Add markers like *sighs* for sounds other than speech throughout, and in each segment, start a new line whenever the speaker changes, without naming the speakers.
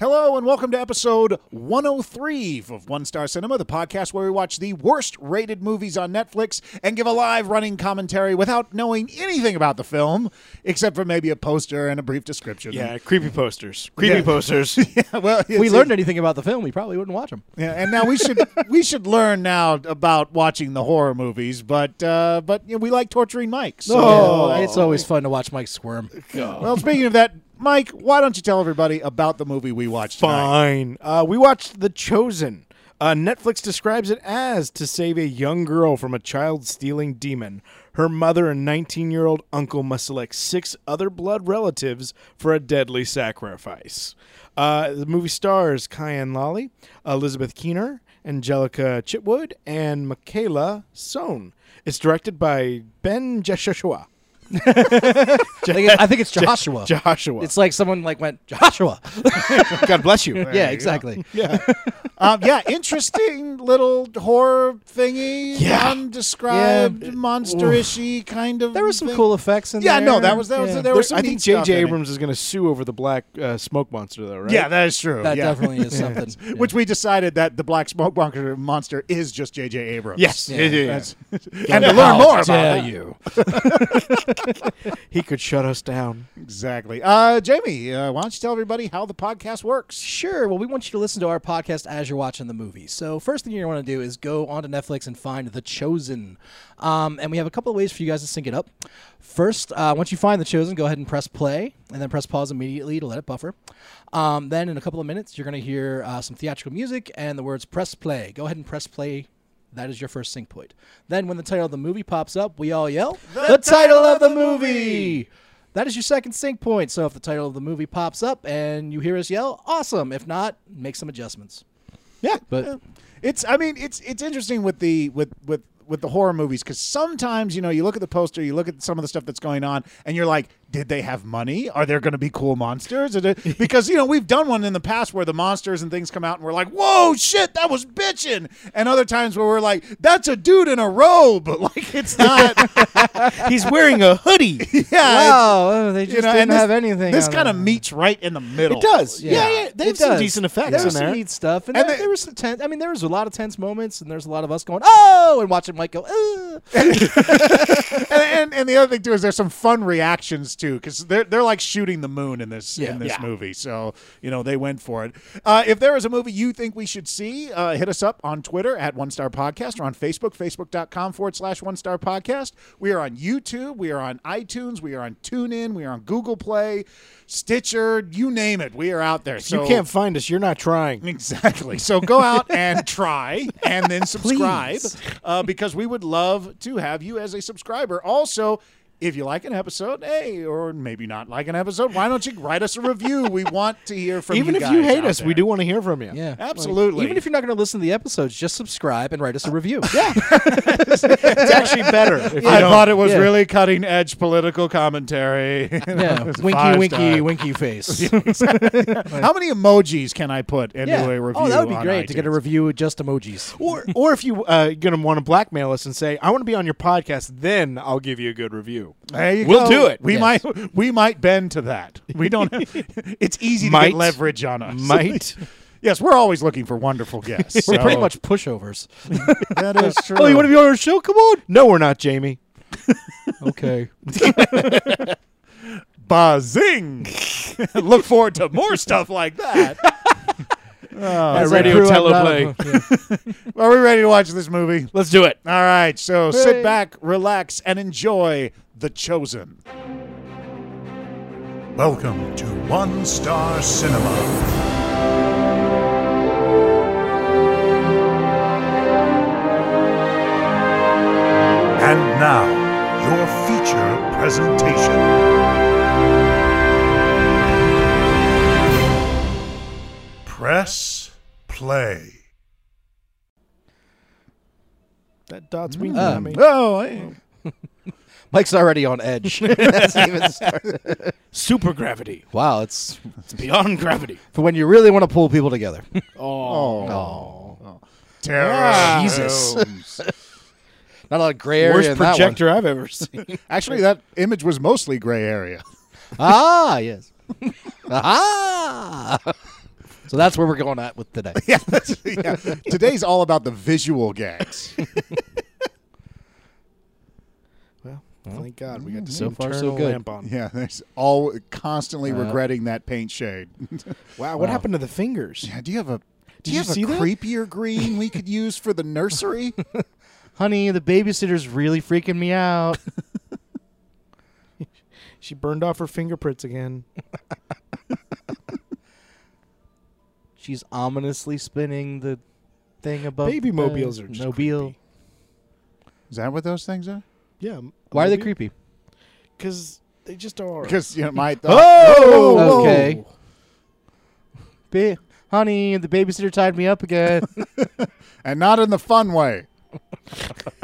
Hello and welcome to episode 103 of One Star Cinema, the podcast where we watch the worst rated movies on Netflix and give a live running commentary without knowing anything about the film, except for maybe a poster and a brief description.
Yeah, creepy posters. Creepy
Yeah.
posters.
*laughs* Yeah, well,
If we learned anything about the film, we probably wouldn't watch them.
Yeah, and now we should we should learn now about watching the horror movies, but uh, but you know, we like torturing Mike. So,
it's always fun to watch Mike *laughs* squirm.
well, speaking of that, Mike, why don't you tell everybody about the movie we watched? tonight?
Fine. Uh, we watched The Chosen. Uh, Netflix describes it as to save a young girl from a child stealing demon. Her mother and 19 year old uncle must select six other blood relatives for a deadly sacrifice. Uh, the movie stars Kyan Lolly, Elizabeth Keener, Angelica Chitwood, and Michaela Sohn. It's directed by Ben Joshua.
I think, it- I think it's
*laughs*
Joshua.
Joshua.
It's like someone like went *laughs* Joshua.
God bless you.
yeah, exactly.
Yeah.
um, yeah, interesting little horror thingy,
Yeah.
non-described,
Yeah.
monster-ishy kind of.
There were some
thing.
cool effects in
Yeah,
there.
no, that was that was
Yeah.
there was.
There's-
Some
I think
neat stuff in
J.J.
it.
Abrams is going to sue over the black uh, smoke monster, though, right?
Yeah, that is true.
that
yeah. *laughs*
definitely is something. Yeah.
Which we decided that the black smoke monster monster is just J.J. Abrams.
Yes.
Yeah.
That's- and to learn
How
more about
dare
it.
you.
*laughs* he could shut us down.
Exactly. Uh, Jamie, uh, why don't you tell everybody how the podcast works?
Sure. Well, we want you to listen to our podcast as you're watching the movie. So, first thing you're going to want to do is go onto Netflix and find The Chosen. Um, and we have a couple of ways for you guys to sync it up. First, uh, once you find The Chosen, go ahead and press play and then press pause immediately to let it buffer. Um, then, in a couple of minutes, you're going to hear uh, some theatrical music and the words press play. Go ahead and press play. That is your first sync point. Then, when the title of the movie pops up, we all yell, The, title of the movie! That is your second sync point. So if the title of the movie pops up and you hear us yell, awesome. If not, make some adjustments.
Yeah,
But-
Yeah. it's. I mean, it's it's interesting with the with with with the horror movies because sometimes you know you look at the poster, you look at some of the stuff that's going on, and you're like, did they have money? Are there going to be cool monsters? Is
*laughs*
it- because you know we've done one in the past where the monsters and things come out, and we're like, whoa, shit, that was bitching. And other times where we're like, that's a dude in a robe, *laughs* like it's not.
*laughs*
He's wearing a hoodie.
*laughs*
it
yeah. Uh, it's-
Wow, uh, they just
you know,
didn't
and this,
have anything.
This
on
kind of
them.
meets right in the middle.
does. Yeah, yeah. They have
it
some
does.
decent effects
There
in
was some
there.
neat stuff, and,
And
there,
they-
there was some tense. I mean, there was a lot of tense moments, and there's a lot of us going, "Oh!" and watching Mike go, "Ugh."
*laughs* and, and and the other thing too is there's some fun reactions too because they're they're like shooting the moon in this
Yeah.
in this
Yeah.
movie. So you know they went for it. Uh, if there is a movie you think we should see, uh, hit us up on Twitter at One Star Podcast or on Facebook Facebook.com forward slash One Star Podcast. We are on YouTube. We are on iTunes. We are on TuneIn. We are on Google Play, Stitcher. You name it, we are out there. So
You can't find us. You're not trying.
Exactly. So go out
*laughs*
and try and then subscribe
Please.
uh, because we would love to have you as a subscriber. Also, if you like an episode, hey, or maybe not like an episode, why don't you write us a review? We want to hear from
Even
you
if you
guys
hate
out
us, we
there.
do want to hear from you.
Yeah,
Absolutely.
even if you're not going to listen to the episodes, just subscribe and write us a review. yeah,
It's actually better. *laughs* If you
I
don't.
thought it was
Yeah.
really cutting edge political
*laughs*
commentary.
yeah.
Five
winky, winky,
star.
winky face.
How many emojis can I put into
Yeah.
a review?
oh, that would be
on
great to get a
iTunes?
review with just emojis.
Or, or if you uh, gonna want to blackmail us and say I want to be on your podcast, then I'll give you a good review.
There you
We'll
go.
do it.
We
Yes.
might we might bend to that. We
*laughs*
don't. *laughs* it's easy to
Might.
get leverage on us.
*laughs* Might.
Yes, we're always looking for wonderful guests.
*laughs* We're
so-
pretty much pushovers.
that *laughs* is true.
*laughs* oh, you want to be on our show? Come on. No, we're not, Jamie.
okay.
Bazing! *laughs* Look forward to more stuff like that.
At
As a
Uh, Radio
crew, I'm not-
Teleplay.
Yeah.
Are we ready to watch this movie?
*laughs* Let's do it.
All right, so sit
Hey.
back, relax, and enjoy The Chosen. Welcome to One Star Cinema.
And now, your feature presentation. Press play.
That dot's mean.
Um,
I mean,
Oh, hey.
Mike's already
*laughs*
on edge. That's even start-
super gravity.
wow, it's
It's beyond gravity.
for when you really want to pull people together.
Oh.
terror. Oh,
Jesus. Not a lot of gray area
Worst
in that one.
projector I've ever *laughs* seen.
Actually, that image was mostly gray area.
Ah, *laughs* yes. ah. So that's where we're going at with today.
*laughs* Yeah, that's- yeah. Today's all about the visual
*laughs*
gags.
Well, thank God we got to
so
see
far,
turn
so
the
good.
lamp on.
Yeah, there's all constantly
Uh-huh.
regretting that paint
*laughs*
shade.
Wow, what happened to
*laughs*
the fingers?
Yeah, do you have a do
Did you
you have
see
a
that?
creepier green we could use for the
*laughs*
nursery?
Honey, the babysitter's really freaking me
*laughs*
out.
She burned off her fingerprints again.
She's ominously spinning the thing above.
Baby
the
mobiles are just
mobile.
creepy.
Is that what those things are?
Yeah.
Why are they creepy?
Because they just are.
Because you know
*laughs*
my
Oh,
Whoa!
okay. Ba- honey, the babysitter tied me up again.
Oh!
and not in the fun way.
*laughs*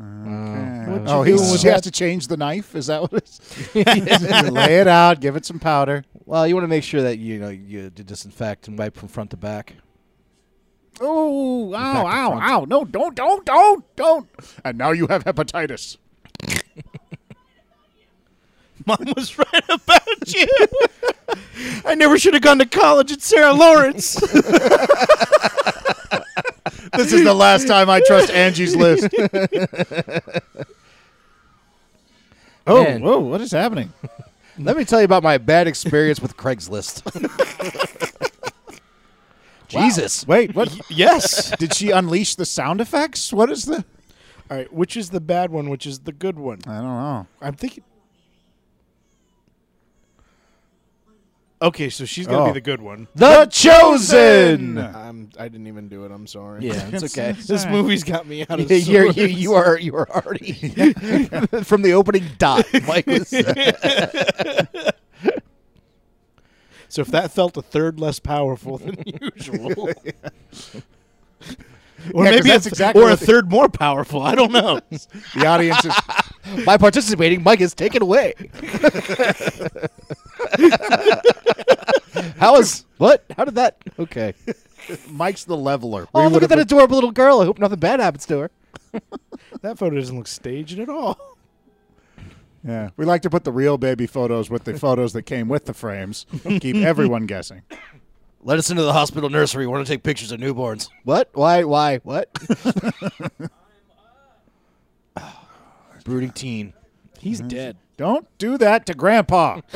Okay.
What
Oh,
you
he's,
doing with
she has to change the knife. Is that what
*laughs*
it's? *laughs* Lay it out. Give it some powder.
*laughs* Well, you want to make sure that you know you disinfect and wipe from front to back.
Oh, ow,
to
ow,
front.
ow! No, don't, don't, don't, don't! And now you have hepatitis.
Mom was right about you. I never should have gone to college at Sarah
*laughs*
Lawrence.
*laughs* This is the last time I trust Angie's *laughs* list. oh,
Man.
whoa! What is happening?
Let me tell you about my bad experience
*laughs*
with Craigslist.
*laughs*
Jesus.
Wait, what?
yes.
*laughs* Did she unleash the sound effects? What is the?
All right, which is the bad one? Which is the good one?
I don't know.
I'm thinking. Okay, so she's gonna
Oh.
be the good one.
The Chosen.
I'm. I didn't even do it. I'm sorry.
Yeah,
*laughs*
it's okay.
This movie's got me out of
Yeah, you're,
sorts.
you, you are you are already from the opening
*laughs*
dot. Mike was
So if that felt a third less powerful than usual, or
Yeah, 'cause
maybe
that's
a,
exactly
or a
what the-
third more powerful, I don't know.
The audience is.
by participating. Mike is taken away. How is what? How did that? Okay.
Mike's the leveler.
Oh,
We
look at
would've
that adorable little girl. I hope nothing bad happens to her.
that photo doesn't look staged at all.
put- yeah, we like to put the real baby photos with the photos that came with the frames. Keep everyone guessing.
Let us into the hospital nursery. We want to take pictures of newborns. What? Why? Why? What? *laughs* *sighs* Brooding teen.
He's dead.
Don't do that to Grandpa. *laughs*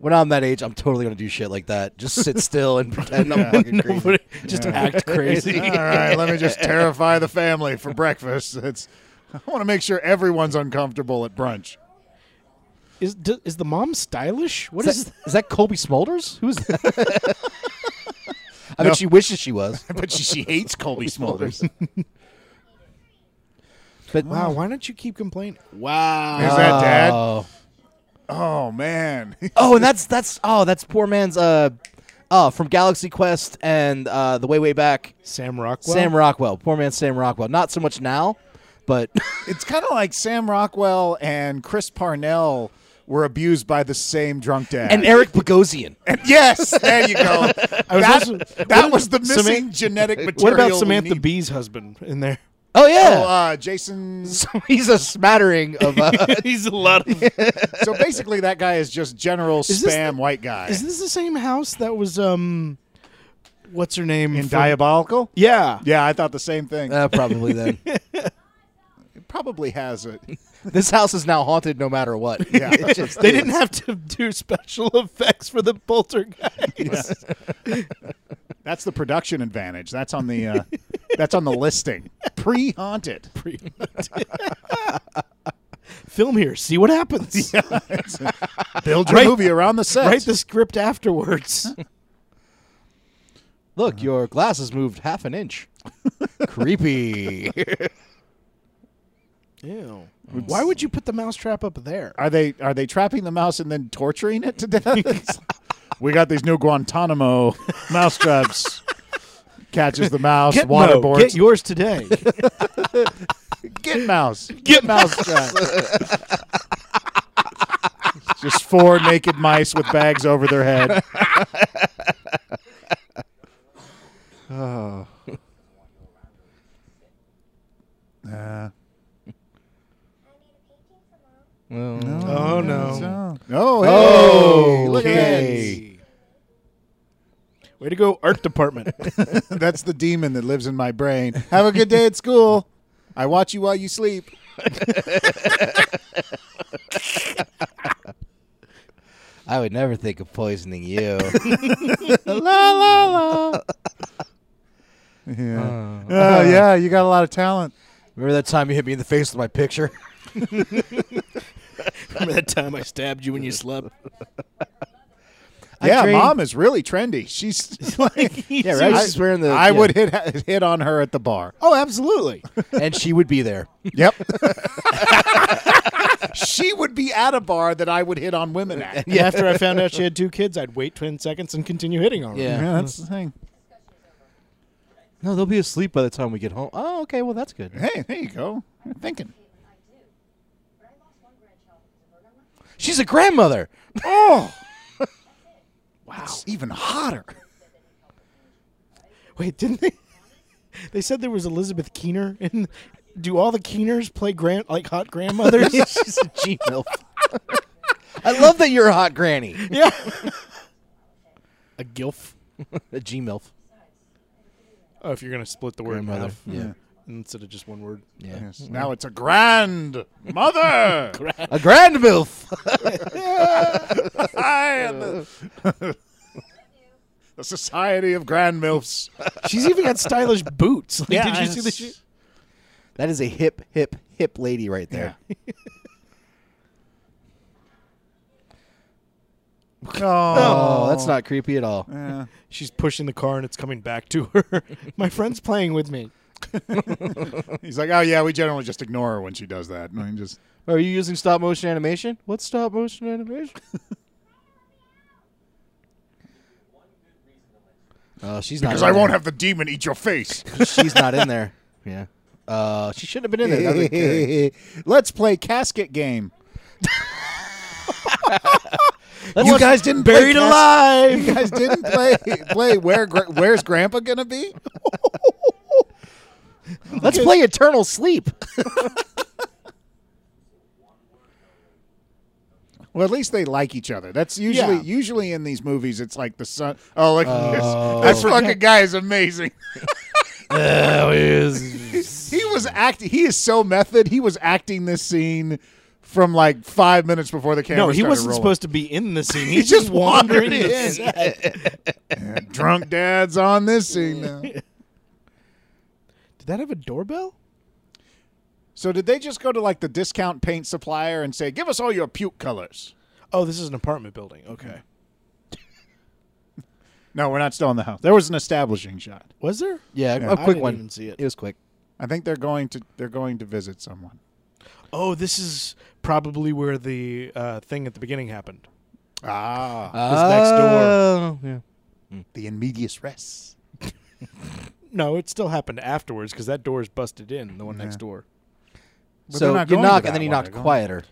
When I'm that age, I'm totally gonna do shit like that. Just *laughs* sit still and pretend I'm *laughs* fucking crazy.
Just act crazy.
*laughs*
All right, let me
*laughs*
just terrify the family for breakfast. It's. I want to make sure everyone's uncomfortable at brunch.
Is do, is the mom stylish? What
Is
is?
that, is that Colby Smolders? Who's that?
*laughs*
I mean, she wishes she was.
But she, she hates Colby Smulders.
But
Wow, why don't you keep complaining? Wow.
Is that dad?
Oh.
Oh man. *laughs*
Oh, and that's that's oh, that's poor man's uh, oh, from Galaxy Quest and uh, the way way back.
Sam Rockwell.
Sam Rockwell, poor man Sam Rockwell. Not so much now,
*laughs*
but
it's kind of like Sam Rockwell and Chris Parnell were abused by the same drunk dad.
and Eric
*laughs*
Bogosian.
*laughs* yes, there you go.
was
that
also- *laughs*
that was the missing
Samantha-
genetic material.
What about
we
Samantha
need.
Bee's husband in *laughs* there?
Oh
Oh,
yeah,
uh, Jason.
*laughs* so he's a smattering of. Uh,
*laughs*
*laughs*
He's a lot of.
So basically, that guy is just general
Is this
spam
the-
white guy.
Is this the same house that was um, what's her name
In
for-
diabolical?
Yeah,
Yeah, I thought the same thing.
uh,
*laughs*
probably then.
it probably has it.
this house is now haunted, no
*laughs*
matter what.
Yeah.
*laughs* It's just-
they didn't have to do special *laughs* effects for the poltergeist.
*laughs* That's the production advantage. That's on the uh, that's on the listing. Pre haunted.
Film here, see what *laughs* happens.
Build your
Right-
movie around the set.
Write the script afterwards.
*laughs* Look, your glasses moved half an inch. Creepy.
Ew. Why would you put the mousetrap up there?
Are they are they trapping the mouse and then torturing it to death? *laughs* we got these new Guantanamo mousetraps. Catches the mouse,
Get Mo,
waterboards.
get yours today.
*laughs* Get mouse.
get mouse.
Just four naked mice with bags over their head. Nah.
*laughs* Oh, no.
Oh, hey, look at that.
Okay. *laughs* Way to go, art *laughs* department.
That's the demon that lives in my brain. Have a good day at school. I watch you while you sleep.
I would never think of poisoning you.
Yeah. Oh, yeah, you got a lot of talent.
Remember that time you hit me in the face with my picture?
Remember that time I stabbed you when you slept?
yeah,
trained-
mom is really trendy. She's *laughs* like,
yeah, right.
I,
She's wearing the.
I
yeah.
would hit hit on her at the bar.
oh, *laughs* absolutely.
and she would be there.
Yep. *laughs* she would be at a bar that I would hit on women at.
And after I found out she had two kids, I'd wait 10 seconds and continue hitting on her.
Yeah.
Yeah, *laughs* that's the thing.
No, they'll be asleep by the time we get home. Oh, okay. Well, that's good.
Hey, there you go. You're thinking.
She's a grandmother.
Oh, wow! It's even hotter.
Wait, didn't they? *laughs* They said there was Elizabeth Keener. And do all the Keeners play grand like
*laughs*
hot grandmothers?
She's a G milf. I love that you're a hot granny.
yeah. A gilf.
A G milf.
Oh, if you're gonna split the word in
Grandmother.
half
Yeah.
instead of just one word.
Yeah.
Yes. Now it's a grand *laughs* mother.
A grand milf.
I am the, *laughs* the society of grand *laughs* milfs.
She's even got stylish boots. Like, did you see the shit?
That is a hip, hip, hip lady right there.
*laughs* Yeah. oh,
Oh, that's not creepy at all.
yeah.
She's pushing the car and it's coming back to her. *laughs* My friend's playing with me.
he's like, oh yeah, we generally just ignore her when she does that. And we just
Are you using stop motion animation? What's stop motion
*laughs*
animation?
Oh, she's not.
because
in
I
there.
won't have the demon eat your *laughs* face.
She's not in there. Yeah. Uh, she shouldn't have been in there. That'd be good.
Let's play casket game.
Let's-
you guys didn't buried
alive.
*laughs* You guys didn't play play where Gra- where's Grandpa gonna be?
*laughs* Let's play Eternal Sleep.
Well, at least they like each other. That's usually
Yeah.
usually in these movies. It's like the son. Oh, *laughs* like
Oh.
that fucking guy is amazing. *laughs*
*laughs*
Oh,
he was acting. He is so method. He was acting this scene from like five minutes before the camera.
No, he
started
wasn't
rolling.
supposed to be in the
*laughs*
scene.
He's
He's
just
just wandering
wandered
in.
Drunk dad's on this
*laughs*
scene now.
Did that have a doorbell?
So did they just go to like the discount paint supplier and say, "Give us all your puke colors"?
Oh, this is an apartment building. Okay.
No, we're not still in the house. There was an establishing shot.
Was there?
Yeah,
Yeah.
a
I
quick
didn't
one.
even see it.
was quick.
I think they're going to they're going to visit someone.
Oh, this is probably where the uh, thing at the beginning happened.
Ah,
was next door.
Oh, Yeah.
the in medias res.
No, it still happened afterwards because that door is busted in, the one next door.
But they're
so
not
you
going to
knock
that
and then you
one,
knock
they're going-
quieter.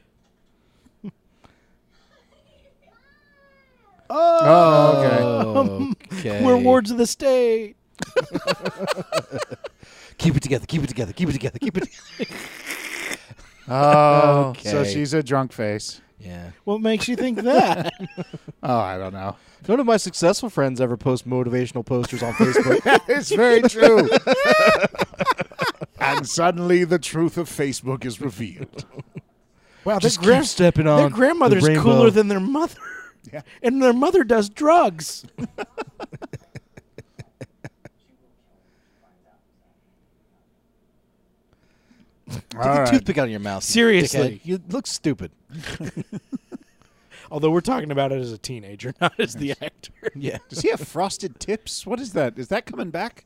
Oh, okay.
*laughs*
Okay.
We're wards of the state.
Keep it together. Keep it together. Keep it together. Keep it.
*laughs*
together.
Oh, so
Okay.
she's a drunk face.
yeah.
What makes you think
*laughs*
that?
Oh, I don't know. *laughs*
None of my successful friends ever post motivational posters on
*laughs*
Facebook.
It's very true. and suddenly, the truth of Facebook is revealed.
wow,
Just keep stepping on.
their grandmother's
the rainbow.
cooler than their mother. *laughs*
Yeah.
And their mother does drugs.
All right.
toothpick out of your mouth. you
Seriously.
dickhead. you look stupid.
Although we're talking about it as a teenager, *laughs* not as the actor.
*laughs* Yeah.
Does he have frosted tips? What is that? Is that coming back?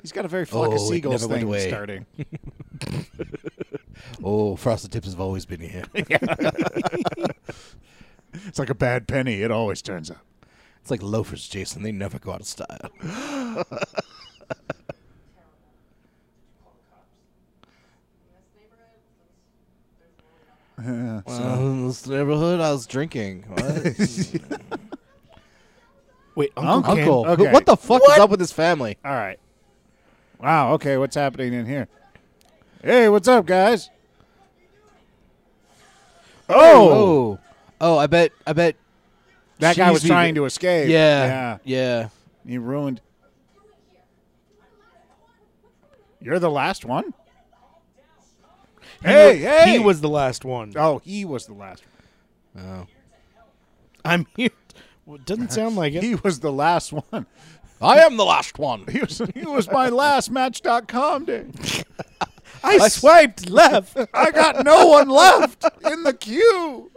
He's got a very flock of
Oh, it
seagulls
never went
thing
away.
starting.
Oh, frosted tips have always been *laughs* here.
It's like a bad penny. It always turns up.
it's like loafers, Jason. They never go out of *laughs* style. Well, in this neighborhood, I was drinking. *laughs* What?
Wait, um, Uncle, Ken?
Uncle,
Okay.
what the fuck is up with this family?
All right. Wow. Okay. What's happening in here? Hey, what's up, guys?
Oh, oh, I bet, I bet.
That guy
she's
was
the-
trying to escape.
Yeah, yeah.
yeah. He ruined. You're the last one? Hey, hey!
He was the last one.
Uh,
Oh, he was the last one.
I'm *laughs* here. Well, it doesn't sound like it.
He was the last one. *laughs*
I am the last one.
He was, he was my last Match.com day.
I, swiped left.
I got no one left in the queue.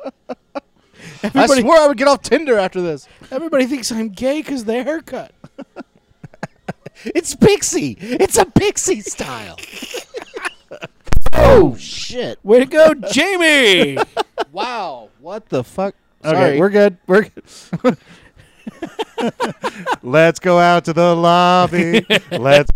I swore I would get off Tinder after this.
Everybody thinks I'm gay because the haircut.
*laughs* It's pixie. It's a pixie style.
Oh shit!
Way to go, Jamie.
*laughs* Wow, what the fuck?
Okay, we're good. We're good.
*laughs* Let's go out to the *laughs* lobby. Let's.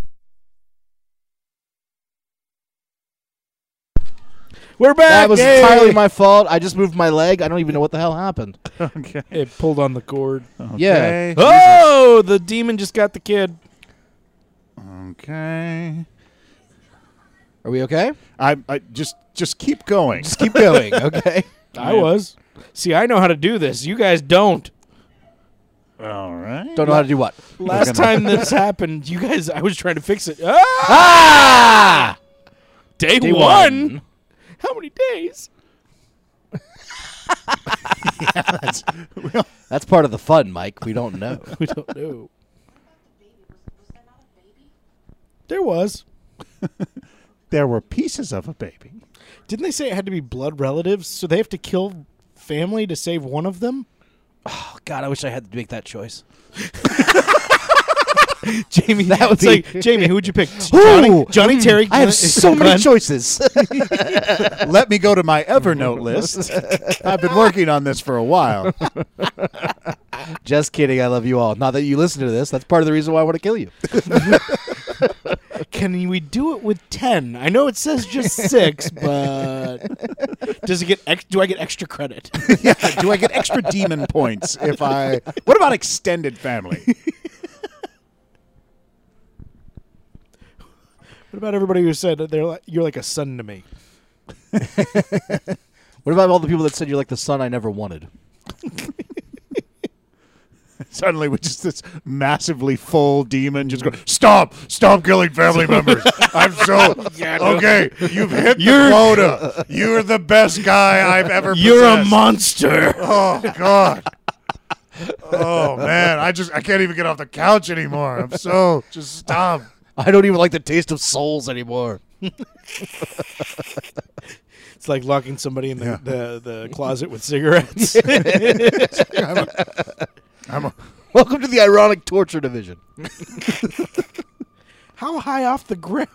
We're back.
That was
Yay.
entirely my fault. I just moved my leg. I don't even know what the hell happened.
Okay.
It pulled on the *laughs* cord.
Yeah.
Okay.
Oh, the demon just got the kid.
Okay.
Are we okay?
I, I just just keep going.
Just keep going. Okay.
I was. See, I know how to do this. You guys don't.
All right.
*laughs* Don't know how to do what.
Last
gonna-
time this *laughs* happened, you guys, I was trying to fix it. Ah!
Ah!
Day, one. How many days?
That's part of the fun, Mike. We don't know.
*laughs* We don't know. there was.
There were pieces of a baby.
Didn't they say it had to be blood relatives? So they have to kill family to save one of them?
oh God, I wish I had to make that choice.
*laughs* Jamie,
That would
it's
be-
like Jamie. Who Hmm. would you pick? Johnny, Johnny Terry.
I have
Glenn-
so many
Glenn?
choices. *laughs*
Let me go to my Evernote list. I've been working on this for a while.
Just kidding. I love you all. Not that you listen to this. That's part of the reason why I want to kill you.
Can we do it with ten? I know it says just *laughs* six, but does it get? Ex- do I get extra credit? *laughs*
yeah. Do I get extra demon points if I? What about extended family?
what about everybody who said that they're like, you're like a son to me?
What about all the people that said you're like the son I never wanted?
Suddenly, with just this massively full demon, just go stop, stop killing family members. I'm so okay. You've hit the quota. You're the best guy I've ever. possessed.
monster.
*laughs* Oh God. Oh man, I just I can't even get off the couch anymore. I'm so just stop.
I don't even like the taste of souls anymore.
*laughs* It's like locking somebody in the, the, the *laughs* closet with cigarettes.
I'm a,
Welcome to the ironic torture division.
How high off the ground?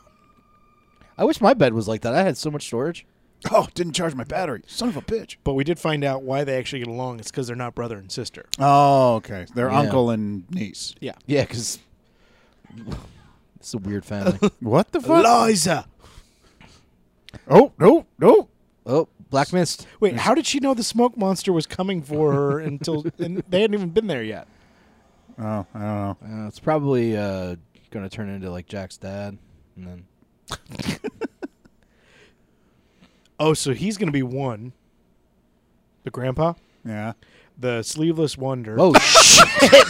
I wish my bed was like that. I had so much storage.
oh, didn't charge my battery. Son of a bitch.
But we did find out why they actually get along. It's because they're not brother and sister.
Oh, okay. They're
Yeah.
uncle and niece.
Yeah, because it's a weird *laughs* family.
What the fuck?
Eliza.
Oh, no, no.
oh, black mist.
Wait, how did she know the smoke monster was coming for her until *laughs* and they hadn't even been there yet?
Oh, I don't know.
Uh, it's probably uh, going to turn into like Jack's dad, and then
Oh, so he's going to be one. The grandpa,
Yeah.
the sleeveless wonder.
*laughs* oh shit!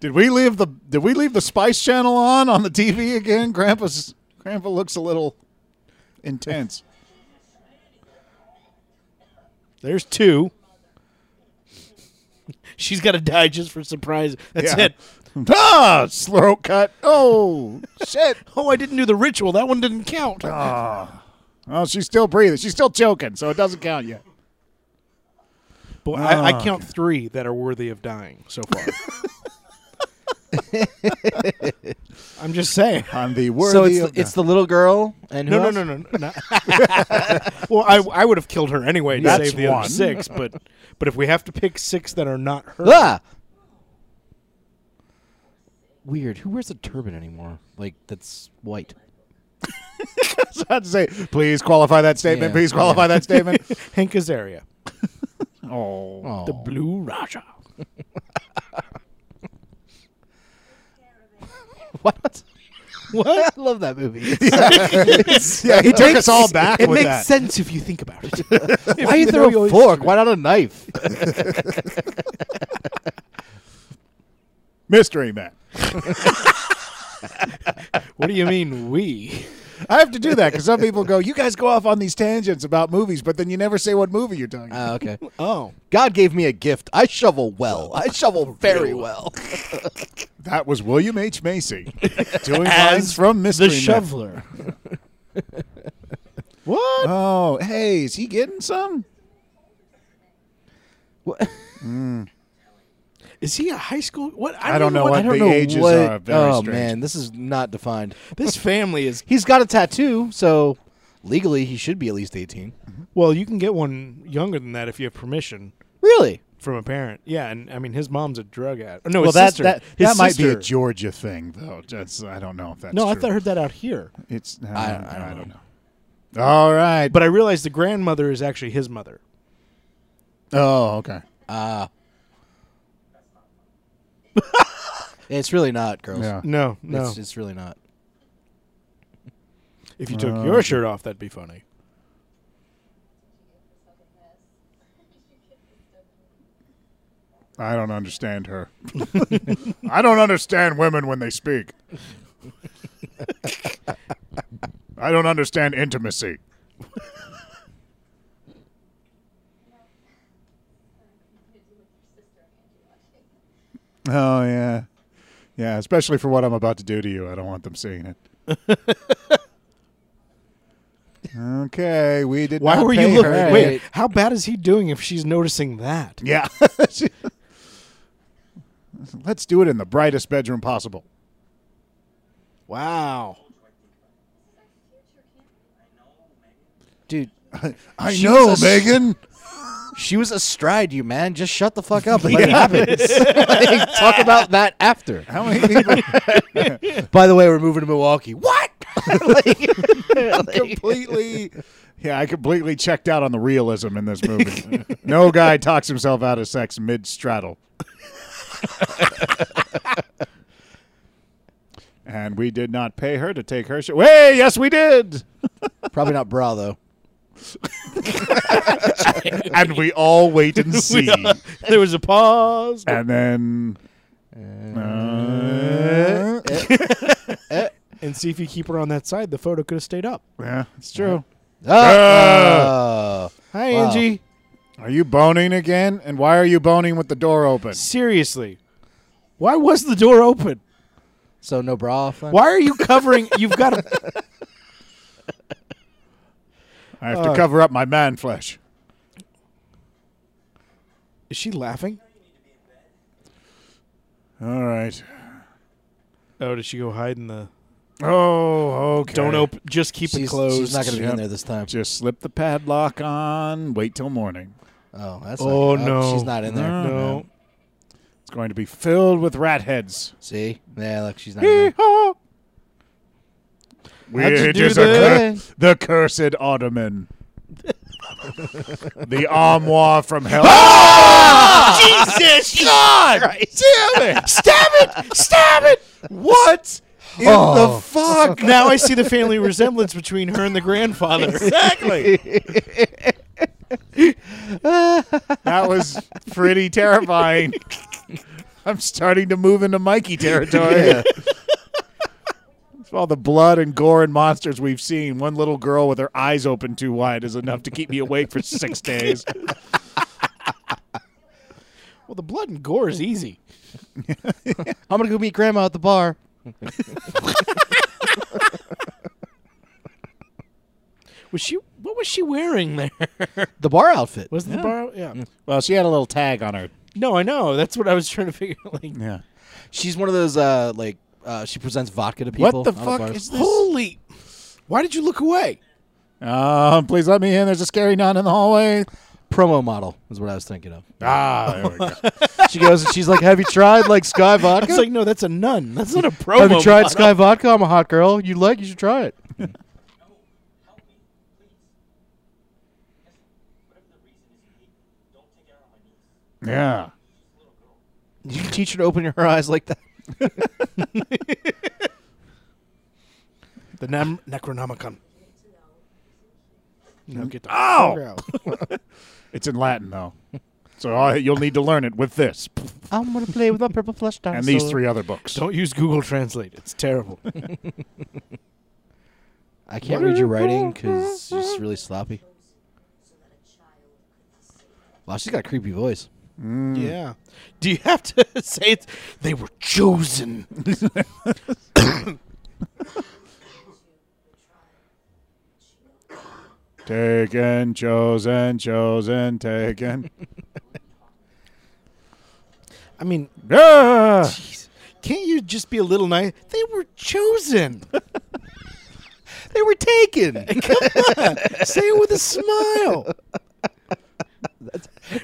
Did we leave the Did we leave the Spice Channel on on the TV again? Grandpa's Grandpa looks a little intense. *laughs*
There's two. *laughs* She's got to die just for surprise. That's
Yeah.
it.
ah, slow cut. Oh, shit.
Oh, I didn't do the ritual. That one didn't count.
Oh, she's still breathing. She's still choking, so it doesn't count yet.
But I, I count three that are worthy of dying so *laughs* far. I'm just saying.
I'm the worthy.
so it's the,
of
it's the little girl and who
No, no, no,
else?
no, no. no. *laughs* well, I, I would have killed her anyway to
That's
save the
one.
other six, but but if we have to pick six that are not her,
Ah! Weird. Who wears a turban anymore? Like that's white.
I had to say, please qualify that statement.
Yeah.
Please qualify that statement.
Hank Azaria,
*laughs* oh,
Oh,
the Blue Raja.
*laughs* what? *laughs*
What? I love that movie.
*laughs* yeah, he took us all back
It
with
makes
that.
sense if you think about
*laughs*
it.
Why you throw a fork? Why not a knife?
Mystery man.
What do you mean we?
I have to do that because some people go, "You guys go off on these tangents about movies, but then you never say what movie you're talking." about.
Ah, okay.
Oh,
God gave me a gift. I shovel well. I shovel very well.
That was William H Macy
*laughs*
doing lines from Mystery
the
Man.
shoveler.
*laughs*
what?
Oh, hey, is he getting some?
Is he a high school? What?
I don't
even
know
what-
what
I don't
the
know
ages
what.
are. Very
oh
strange.
man, this is not defined.
This family is.
He's got a tattoo, so legally he should be at least eighteen.
Well, you can get one younger than that if you have permission
Really?
from a parent. Yeah, and I mean his mom's a drug addict. No,
Well,
his
that
sister.
that,
his
that might be a
sister.
Georgia thing, though. That's, I don't know if that's
No, I
true.
thought I heard that out here.
it's. I,
I-
don't-
I don't
I don't know. All right.
But I realized the grandmother is actually his mother.
oh, okay.
Ah. *laughs* It's really not, girls.
Yeah.
No, no.
It's, it's really not.
if you took
Oh,
your
okay.
shirt off, that'd be funny.
*laughs* I don't understand her. *laughs* I don't understand women when they *laughs* speak. I don't understand intimacy. Oh yeah. Yeah, especially for what I'm about to do to you. I don't want them seeing it.
*laughs*
okay, we did
Why
not
were you
pay
looking?
her.
Wait, how bad is he doing if she's noticing that?
Yeah. *laughs* Let's do it in the brightest bedroom possible.
Wow.
Dude,
I
Jesus.
know, Megan.
she was astride you, man. Just shut the fuck up and let it
*laughs*
happen. Like, talk about that after.
How many people
By the way, we're moving to Milwaukee. What? *laughs* Like- like-
*laughs* completely? Yeah, I completely checked out on the realism in this *laughs* movie. no guy talks himself out of sex mid straddle. *laughs* and we did not pay her to take her show. Hey, yes, we did. *laughs*
Probably not bra though.
And we all wait and see.
There was a pause.
and then. Uh,
And see if you keep her on that side, the photo could have stayed up.
yeah, it's true.
Ah!
Hi,
Wow.
Angie.
Are you boning again? And why are you boning with the door open?
Seriously. Why was the door open?
so no bra. Fun?
Why are you
*laughs*
covering? You've got a.
I have to cover up my man flesh.
Is she laughing?
All right.
Oh, did she go hide in the?
Oh, okay.
Don't open. Just keep
She's,
it closed.
she's not going to be
Yep.
in there this time.
Just slip the padlock on. Wait till morning.
Oh, that's.
Oh,
not,
no.
she's not in there.
No.
It's going to be filled with rat heads.
See, yeah, look, she's not. in there.
Weird
do
is a cur-
that?
the cursed ottoman. the armoire from hell. *laughs*
Jesus!
Damn it! Stab it! Stab it! What in the fuck?
now I see the family resemblance between her and the grandfather.
Exactly. that was pretty terrifying. I'm starting to move into Mikey territory. With All the blood and gore and monsters we've seen. One little girl with her eyes open too wide is enough to keep me awake for six days.
well, the blood and gore is easy.
*laughs* I'm going to go meet grandma at the bar.
Was she? What was she wearing there?
*laughs*
The bar outfit.
Was the bar? Yeah.
Well, she had a little tag on her.
No, I know. That's what I was trying to figure. Like,
Yeah.
She's one of those uh, like uh, she presents vodka to people.
What the
out of
fuck
bars.
is this?
holy! Why did you look away?
Um, please let me in. There's a scary nun in the hallway.
promo model? Is what I was thinking of.
Ah, there *laughs* we go.
She goes *laughs* and she's like, "Have you tried like Sky Vodka?
It's like no, that's a nun. That's not a promo.
Have you tried
model.
Sky Vodka? I'm a hot girl. You like? You should try it." *laughs*
yeah.
You teach her to open her eyes like that.
The Nam- Necronomicon. No, get the
Ow!
fuck out.
Oh, It's in Latin though, so I- you'll need to learn it with this
I'm gonna play with a purple flesh dinosaur.
and these three other books.
Don't use Google Translate.
*laughs*
It's terrible.
I can't read your writing because it's really sloppy. Wow, she's got a creepy voice.
Mm.
Yeah. Do you have to *laughs* say it? They were chosen.
Taken, chosen, chosen, taken.
I mean,
*laughs*
yeah.
jeez. Can't you just be a little nice? They were
*laughs*
chosen.
They were taken.
say it with a smile.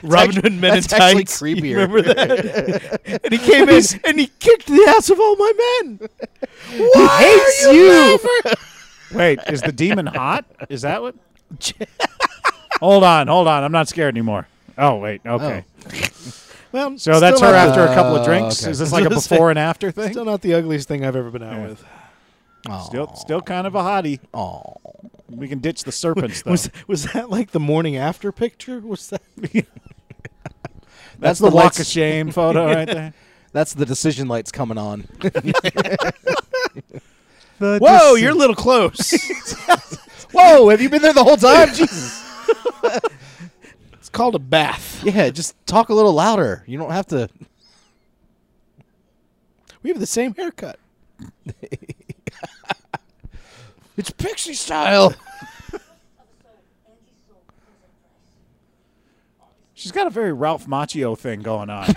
Robin Hood Men
That's
in
actually
Tights.
creepier.
You remember that? and he came in and he kicked the ass of all my men. Why
hates
are you,
you.
laughing?
Wait, is the demon hot? Is that what? hold on, hold on. I'm not scared anymore. Oh wait, okay.
Well,
So that's her
still not- Oh,
after a couple of drinks.
okay.
Is
*laughs*
this like a before and after thing?
Still not the ugliest thing I've ever been out with.
Still, still kind of a hottie. We can ditch the serpents though.
Was was that like the morning after picture? Was that?
*laughs*
That's
That's
the
the
walk
lights-
of shame
*laughs*
photo right there.
That's the decision lights coming *laughs* on.
Whoa, you're a little close.
*laughs* Whoa, have you been there the whole *laughs* time? Jesus.
It's called a bath.
Yeah, just talk a little louder. You don't have to.
We have the same haircut.
*laughs* It's pixie style.
She's got a very Ralph Macchio thing going on.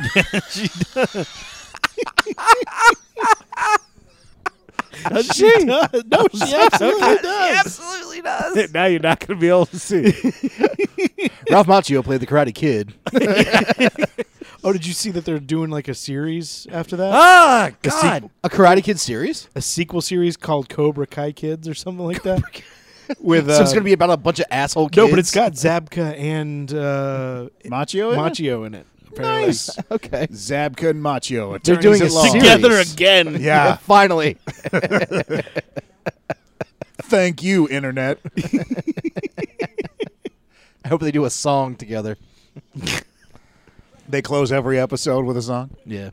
She does. *laughs* No, she absolutely does.
Absolutely
*laughs*
does.
now you're not going to be able to see.
Ralph Macchio played the Karate Kid.
Oh, did you see that they're doing like a series after that?
ah, God.
A Karate Kid series?
a sequel series called Cobra Kai Kids or something like that. *laughs* With uh,
so it's gonna be about a bunch of asshole kids.
no, but it's got Zabka and uh,
Machio? in it?
Machio in it. Apparently.
Nice.
*laughs* okay.
Zabka and Machio.
They're
attorneys
doing a
at law.
series.
Together
*laughs*
again.
Yeah.
*laughs* Finally,
Thank you, Internet.
I hope they do a song together.
they close every episode with a song.
Yeah.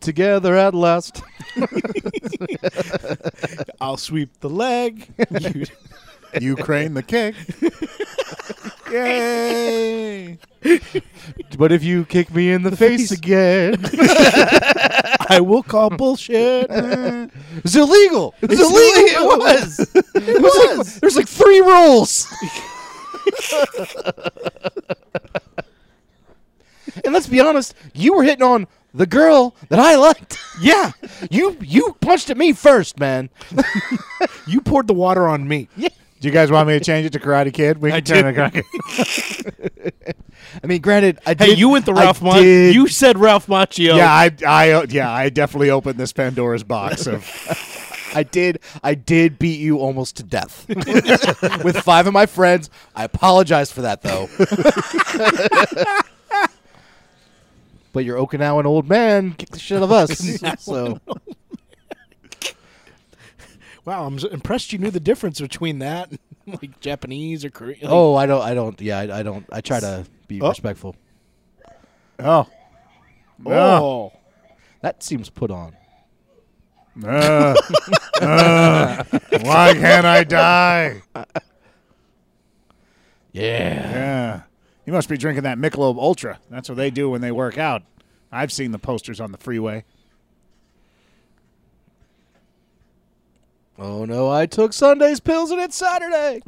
Together at last.
I'll sweep the leg. You-
Ukraine the cake. Yay.
But if you kick me in the, face, again,
I will call bullshit.
it's illegal. It's, illegal. It was. It was. Like, there's like three rules. and let's be honest, you were hitting on the girl that I liked.
yeah,
You you punched at me first, man.
*laughs* you poured the water on me.
Do you guys want me to change it to Karate Kid? We can turn it to Karate Kid.
I mean, granted, I
Hey,
did.
you went the
I
Ralph Macchio.
did-
You said Ralph Macchio.
Yeah, I, I, yeah, I definitely opened this Pandora's box of
*laughs* I did. I did beat you almost to death *laughs* with five of my friends. I apologize for that, though. *laughs* but you're Okinawan old man. Kick the shit out of *laughs* us. so
Wow, I'm s- impressed you knew the difference between that, and, like Japanese or Korean. like-
oh, I don't. I don't. Yeah, I, I don't. I try to be
Oh.
respectful.
Oh. No.
oh.
That seems put on.
Uh, uh, why can't I die?
Yeah.
Yeah. You must be drinking that Michelob Ultra. That's what they do when they work out. I've seen the posters on the freeway.
Oh no, I took Sunday's pills and it's *laughs* Saturday.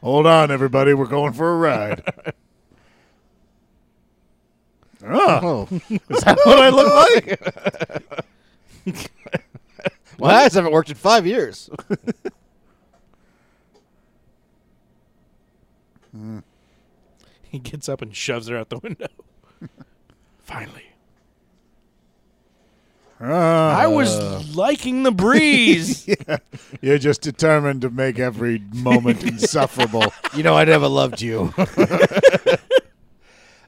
Hold on, everybody. We're going for a ride. *laughs* Ugh,
Oh,
is that what I look like?
*laughs* well, I haven't worked in five years.
*laughs* He gets up and shoves her out the window. *laughs* Finally.
Ugh,
I was liking
*laughs*
the breeze.
you're just determined to make every moment insufferable.
You know, I never loved you. *laughs*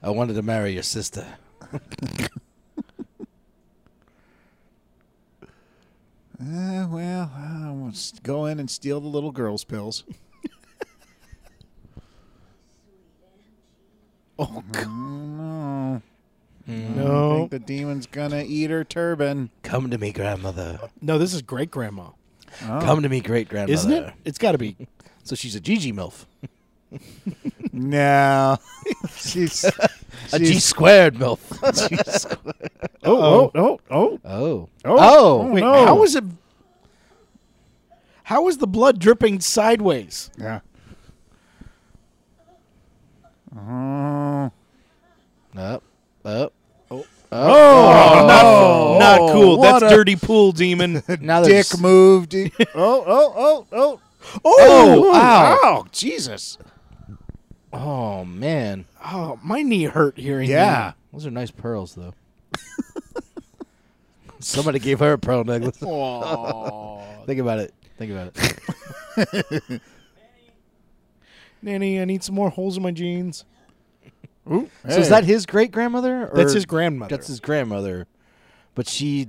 I wanted to marry your sister.
Uh, well, I'm gonna s- go in and steal the little girl's pills. *laughs* oh God! No, I
No,
think the demon's gonna eat her *laughs* turban.
Come to me, grandmother.
no, this is great grandma,
Come to me, great grandmother.
isn't it? It's got to be.
Oh. So she's a Gigi MILF.
No, *laughs* she's
A G squared MILF.
oh, oh, oh, oh,
*laughs* oh.
oh,
Oh, wait,
no.
How was it? How was the blood dripping sideways?
Yeah. Oh.
Up. Up.
Oh,
Oh,
Oh,
Not cool.
what
That's
a-
dirty pool demon.
*laughs*
Now
Dick *laughs*
there's
moved. oh, oh, oh, oh.
oh,
wow. Oh, Jesus.
Oh man.
oh, my knee hurt hearing
Yeah.
Those are nice pearls though. *laughs* Somebody gave her a
*laughs*
pearl necklace.
*laughs*
Think about it. Think about it.
that. Nanny, I need some more holes in my jeans.
So is that his great grandmother?
That's his grandmother.
That's his grandmother. But she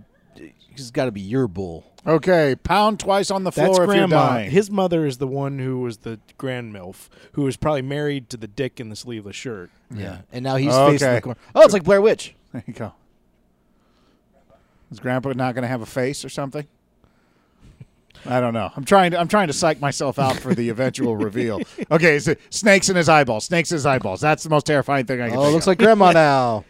she's gotta be your bull.
Okay, pound twice on the floor
That's
if you're
grandma.
dying.
His mother is the one who was the grand milf, who was probably married to the dick in the sleeveless shirt.
Yeah. And now he's facing
Okay.
the corner. Oh, it's like Blair Witch.
there you go. Is grandpa not going to have a face or something? I don't know. I'm trying to I'm trying to psych myself out for the eventual reveal. Okay, is it snakes in his eyeballs. Snakes in his eyeballs. That's the most terrifying thing I can
Oh,
think
it looks
of.
like grandma now.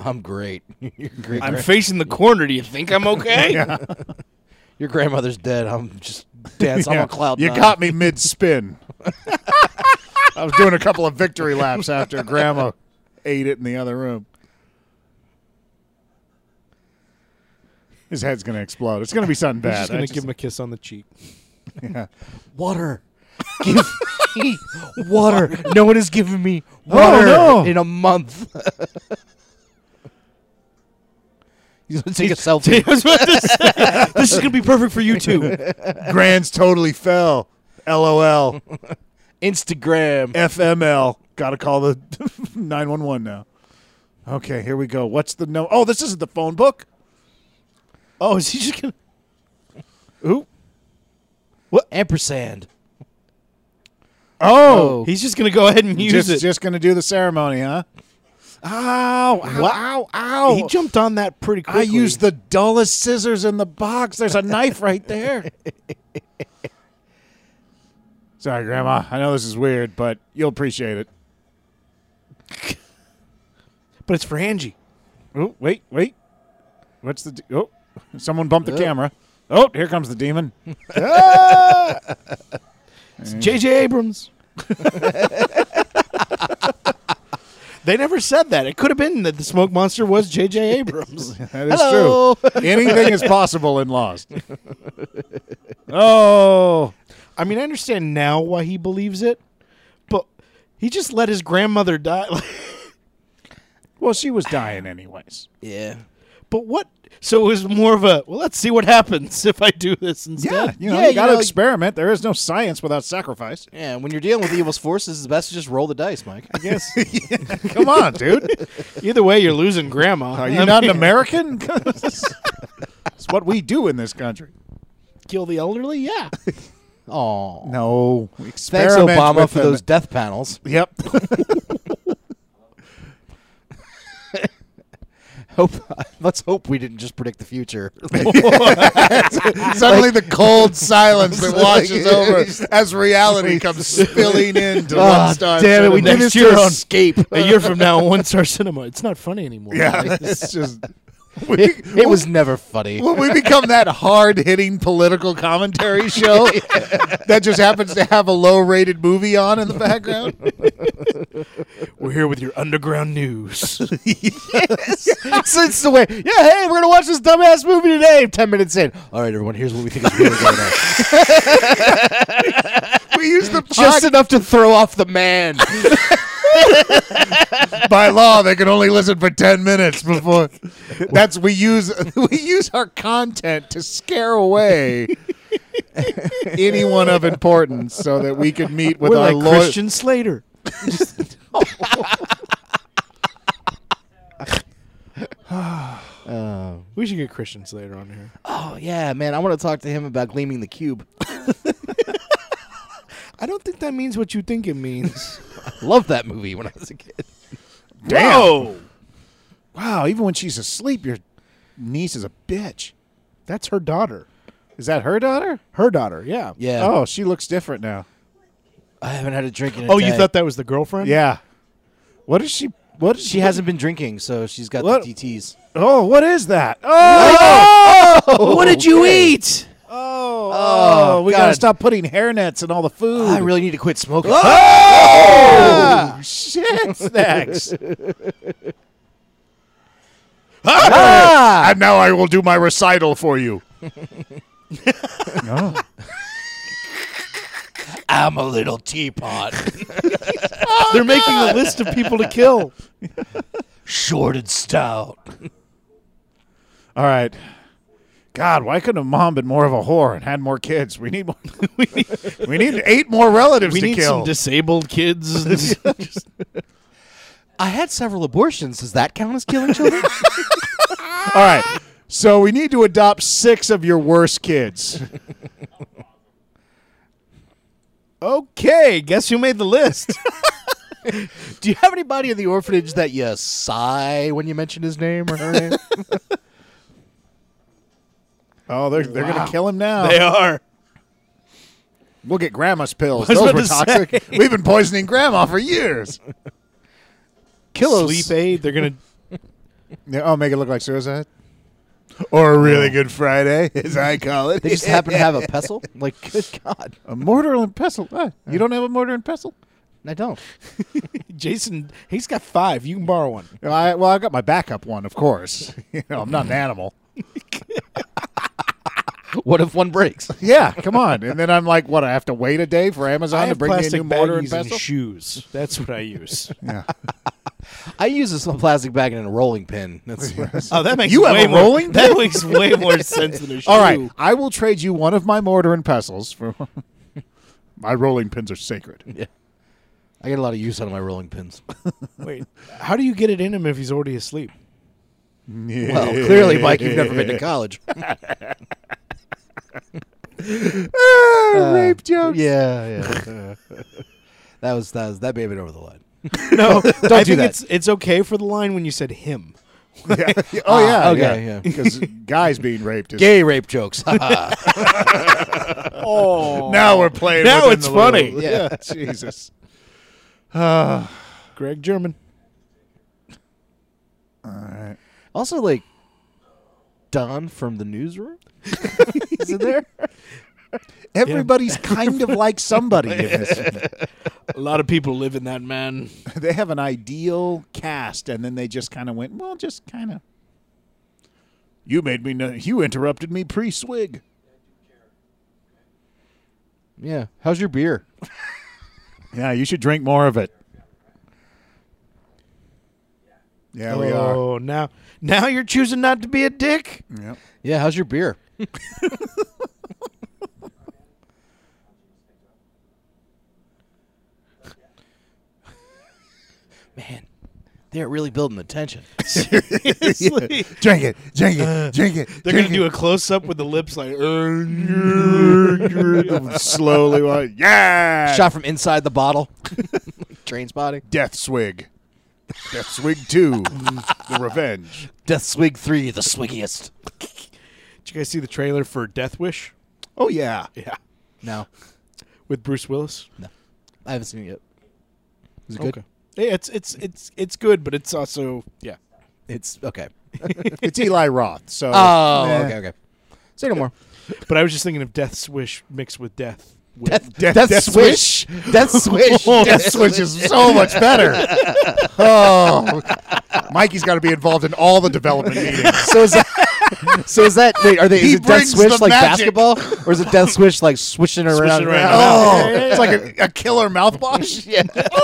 I'm great. Your, great
I'm
gran-
facing the corner. Do you think
*laughs*
I'm okay?
your grandmother's dead. I'm just dancing I'm
Yeah,
on cloud.
You
nine.
got me mid spin. I was doing a couple of victory laps after grandma ate it in the other room. His head's going to explode. It's going to be something bad.
just
I
gonna
just-
give him a kiss on the cheek.
*laughs* water. *laughs* Give me water. No one has given me water
no.
in a month. *laughs* He's gonna take a *laughs* selfie. *laughs*
this is gonna be perfect for you too.
*laughs* Grand's totally fell. LOL.
Instagram.
FML. Got to call the *laughs* 911 now. Okay, here we go. What's the no? Oh, this isn't the phone book.
Oh, is he just gonna?
Ampersand.
Oh,
He's just gonna go ahead and use
just,
it.
just going to do the ceremony, huh? Ow, ow, ow, ow.
he jumped on that pretty quickly.
I used the dullest scissors in the box. There's a knife right there. *laughs* Sorry, Grandma. I know this is weird, but you'll appreciate it.
but it's for Angie.
Oh, wait, wait. What's the. De- oh, *laughs* someone bumped the camera. Oh, here comes the demon.
It's J.J. Abrams. *laughs* they never said that. It could have been that the smoke monster was J.J. *laughs* Abrams.
That is *laughs* true. Anything is possible in Lost. Oh.
I mean, I understand now why he believes it, but he just let his grandmother die. *laughs*
Well, she was dying, anyways.
Yeah.
but what? So it was more of a well. Let's see what happens if I do this
Yeah,
instead.
you know,
Yeah,
you
you
got to
know,
experiment. There is no science without sacrifice.
Yeah. When you're dealing with evil's forces, it's best to just roll the dice, Mike.
Yes.
*laughs* Come on, dude.
Either way, you're losing grandma.
Are Oh, you not an *laughs* American? it's what we do in this country.
kill the elderly? Yeah.
Oh.
No,
Thanks,
experiment
Obama,
with
for
them.
those death panels.
Yep.
Hope. *laughs* Let's hope we didn't just predict the future.
Suddenly, the cold silence that washes
*laughs*
over as *laughs* reality comes spilling *laughs* into one star.
damn it, we
cinema.
did this to escape. A year from now, one star cinema. It's not funny *laughs* anymore.
Yeah, it's *laughs* just.
It, it was never funny.
When we become that hard hitting political *laughs* commentary show that just happens to have a low rated movie on in the background.
We're here with your underground news.
*laughs* so it's the way. Yeah, hey, we're gonna watch this dumbass movie today. Ten minutes in. All right, everyone. Here's what we think is really going on.
We use the
Just enough to throw off the *laughs* man.
by law they can only listen for 10 minutes before that's we use *laughs* we use our content to scare *laughs* away anyone of importance so that we could meet with
We're
our
like
lawyer
Christian Slater. We should get Christian Slater on here.
Oh yeah, man, I want to talk to him about gleaming the cube.
I don't think that means what you think it means.
Loved that movie when I was a kid.
Damn.
Oh,
Wow, even when she's asleep, your niece is a bitch.
that's her daughter.
Is that her daughter?
Her daughter, yeah.
Yeah.
Oh, she looks different now.
I haven't had a drink in
*laughs*
a
Oh, you
day.
thought that was the girlfriend?
Yeah. What is she? What is
she hasn't been drinking, so she's got
What?
the DTS.
Oh, what is that? Oh,
what did you eat?
oh, oh, we gotta
God.
stop putting hairnets in all the food.
I really need to quit smoking.
*laughs* Ah, shit snacks. Ah!
And now I will do my recital for you.
No.
I'm a
*laughs*
little teapot,
They're making a list of people to kill.
short and stout.
All right. God, why couldn't a mom been more of a whore and had more kids? We need more. *laughs* we, need, eight more relatives
We
to
need
kill.
some disabled kids.
*laughs*
I had several abortions. Does that count as killing children?
all right. So we need to adopt six of your worst kids.
okay, guess who made the list?
*laughs* Do you have anybody in the orphanage that you sigh when you mention his name or her name?
Oh, they're they're gonna kill him now.
they are.
We'll get grandma's pills.
was
Those
about
were
to
toxic. *laughs* We've been poisoning grandma for years.
*laughs* Kill Sleep aid. They're gonna.
Yeah, oh, make it look like suicide. Or a really good Friday, *laughs* as I call it.
They just happen to have a pestle? Like, good God.
*laughs* a mortar and pestle. What? You don't have a mortar and pestle?
I don't.
Jason, he's got five. You can borrow one.
Well, I, well, I've got my backup one, of course. *laughs* you know, I'm not an animal.
What if one breaks?
Yeah, come on. And then I'm like, what? I have to wait a day for Amazon to bring me a new mortar and
baggies and
pestle.
shoes. That's what I *laughs* use.
yeah.
I use this little plastic bag and a rolling pin. *laughs* That's
oh, that makes
You have
way
a
more,
*laughs* rolling
That makes way more sense than a shoe.
All right, I will trade you one of my mortar and pestles for. my rolling pins are sacred.
I get a lot of use out of my rolling *laughs* pins.
Wait, how do you get it in him if he's already asleep?
Well, Oh, clearly, Mike, you've never been to college.
*laughs* Ah, rape jokes.
*laughs* yeah, yeah. *laughs* that was that was that baby over the line.
*laughs* No, *laughs* don't I
do
think
that.
It's it's okay for the line when you said him.
Yeah. Oh yeah.
okay, yeah.
Because guys being raped is
Gay rape jokes. *laughs*
now we're playing.
Now
within
it's
the
funny.
Loop.
Yeah.
Jesus.
Greg German.
also, like Don from the newsroom is in there.
*laughs* Everybody's kind of like somebody. in this.
A lot of people live in that man.
*laughs* They have an ideal cast, and then they just kind of went, well, just kind of. You made me. Know, you interrupted me pre-swig.
Yeah. How's your beer?
Yeah, you should drink more of it. Yeah, we are.
oh, now now you're choosing not to be a *laughs* dick.
Yep.
*laughs* Yeah. How's your beer? *laughs* Man, they're really building the tension.
Seriously.
Drink it. Drink it. Drink it.
They're gonna do a close up with the lips like.
a *laughs* slowly. one. Yeah.
Shot from inside the bottle. *laughs* Train spotting.
Death Swig. Death Swig 2, The Revenge.
Death Swig 3, the swiggiest.
Did you guys see the trailer for Death Wish?
Oh, yeah.
Yeah,
No,
with Bruce Willis.
I haven't seen it yet. Is it good?
Yeah, it's it's it's it's good, but it's also yeah.
It's okay.
It's Eli Roth. *laughs* So
*laughs* Oh,
Yeah.
okay, okay. Say no more.
But I was just thinking of Death's Wish mixed with death. Wish.
Death,
Death,
Death
Swish. Death *laughs* Swish.
Death Switch *laughs* is so much better. Oh, Mikey's got to be involved in all the development meetings.
So is that? So is that? Wait, are they?
He
Is it Death
brings the
Swish like
magic.
basketball, or is it Death Swish like swishing around?
around.
Oh, it's like a, a killer mouthwash. *laughs*
yeah.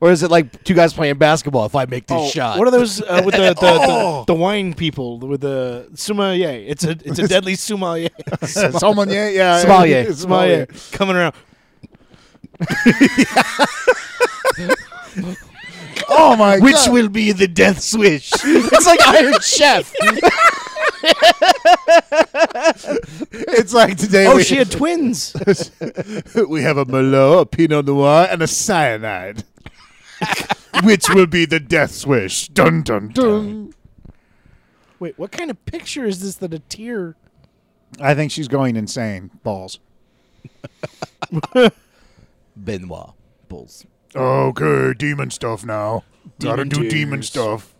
or is it like two guys playing basketball? If I make this
Oh,
shot,
What are those uh, with the the,
Oh.
the the wine people with the sommelier? It's a *laughs* it's a deadly sommelier.
Someone, yeah, yeah.
Sommelier.
sommelier coming around.
Oh *laughs* my
Which
god!
will be the
*laughs*
death swish. it's like Iron Chef.
It's like today.
Oh,
we,
she
*laughs*
had twins.
*laughs* we have a Merlot, a Pinot Noir, and a Cyanide. *laughs*
Which will be the death wish. Dun dun dun.
Wait, what kind of picture is this that a tear?
I think she's going insane. Balls.
Benoit Bulls.
Okay, demon stuff now. Gotta
Demon
do
tears.
demon stuff.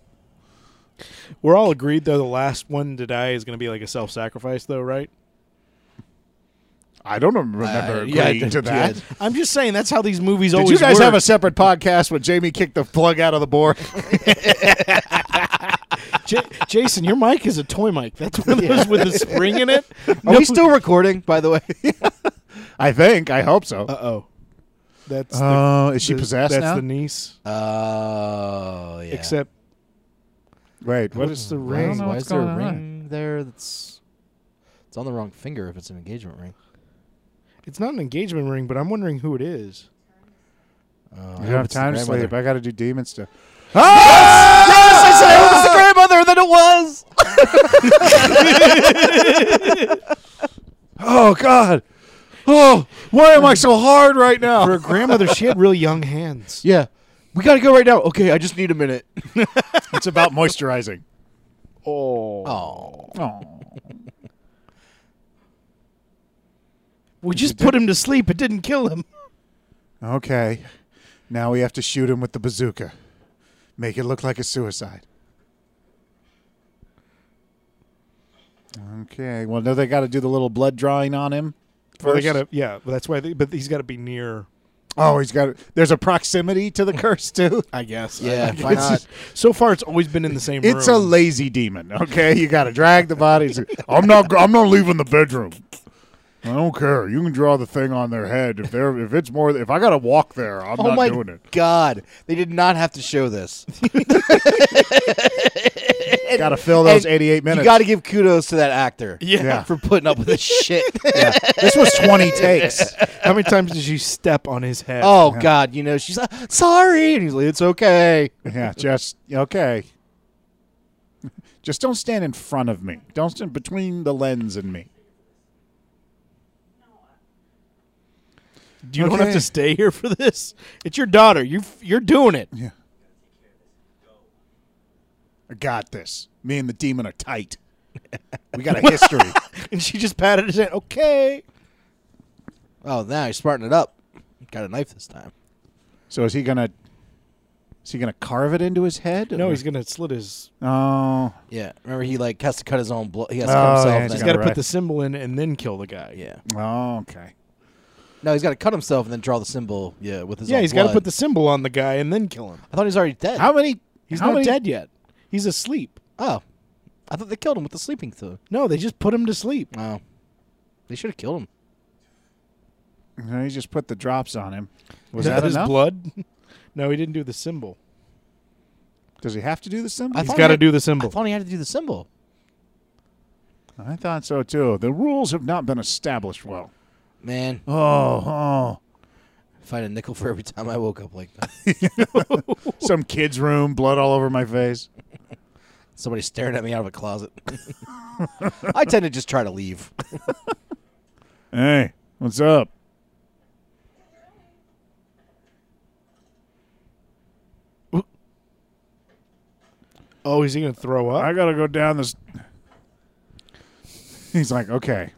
We're all agreed though the last one to die is going to be like a self-sacrifice though, right?
Uh, I don't remember agreeing to that.
I'm just saying that's how these movies
Did
always
you guys
work.
have a separate podcast when Jamie kicked the plug out of the board? *laughs*
J- Jason, your mic is a toy mic. That's *laughs* one of those with a spring in it.
Are we still recording, by the way?
I think. I hope so.
Uh-oh. That's
Oh, is she
the-
possessed
that's
now?
the niece.
Oh, yeah.
Except
Wait, what
what's
is
the
I don't
ring?
know
Why
what's
is there a
going on.
ring there that's it's on the wrong finger if it's an engagement ring?
It's not an engagement ring, but I'm wondering who it is.
Uh,
I don't have time to sleep. I got to do demon stuff.
Ah! I said it was the grandmother, then it was.
Oh God! Oh, why am I so hard right
For
now?
a grandmother, she had real young hands.
Yeah. We gotta go right now. Okay, I just need a minute.
it's about moisturizing.
Oh.
Oh,
We just put him to sleep. It didn't kill him.
okay. Now we have to shoot him with the bazooka. Make it look like a suicide. Okay. Well, no, they got to do the little blood drawing on him.
Well, they
First.
gotta, yeah, but that's why. They, but he's got to be near.
Oh, he's got. There's a proximity to the curse too.
I guess.
*laughs* Yeah, why
It's
not?
just- so far, it's always been in the same
It's a
room.
lazy demon. Okay, you got to drag the body.
I'm not. I'm not leaving the bedroom. I don't care. You can draw the thing on their head if they're. If it's more. If I gotta walk there, I'm
Oh
not
my
doing it.
god. They did not have to show this.
Got to fill those
And
88 minutes.
You gotta give kudos to that actor.
Yeah.
Yeah.
For putting up
*laughs*
with this shit.
this was 20 takes.
How many times did you step on his head?
*laughs* Oh god, you know, she's like, sorry. And he's like, It's okay.
Yeah, just okay. Just don't stand in front of me. Don't stand between the lens and me.
you don't have
okay.
to stay here for this. It's your daughter. You you're doing it.
Yeah. I got this. Me and the demon are tight. We got a history.
And she just patted his head. Okay.
Oh now he's smarting it up. Got a knife this time.
so is he gonna? Is he gonna carve it into his head?
No,
or-
he's gonna slit his.
Oh,
Yeah. Remember he like has to cut his own blood he has
Oh,
to cut
yeah,
himself.
he's
and
He's
then-
got to
right.
put the symbol in and then kill the guy.
yeah.
oh, okay.
No, he's got to cut himself and then draw the symbol. Yeah, with his
Yeah,
own
he's got to
blood.
put the symbol on the guy and then kill him.
I thought he was already dead.
How many?
He's
how
not
many-
dead yet. He's asleep.
Oh, I thought they killed him with the sleeping thing.
No, they just put him to sleep.
Oh, they should have killed him.
No, he just put the drops on him. Was
Is
that,
his
enough?
blood? *laughs* no, he didn't do the symbol.
Does he have to do the symbol?
I
He's
thought
got
he
to
had-
do the
I
symbol.
thought he had to do the symbol.
I thought so too. The rules have not been established well.
Man,
Oh, oh.
if I had a nickel for every time I woke up like that,
Some kid's room, blood all over my face.
somebody staring at me out of a closet. *laughs* I tend to just try to leave.
Hey, what's up?
Oh, is he going to throw up?
I gotta go down this. He's like, okay.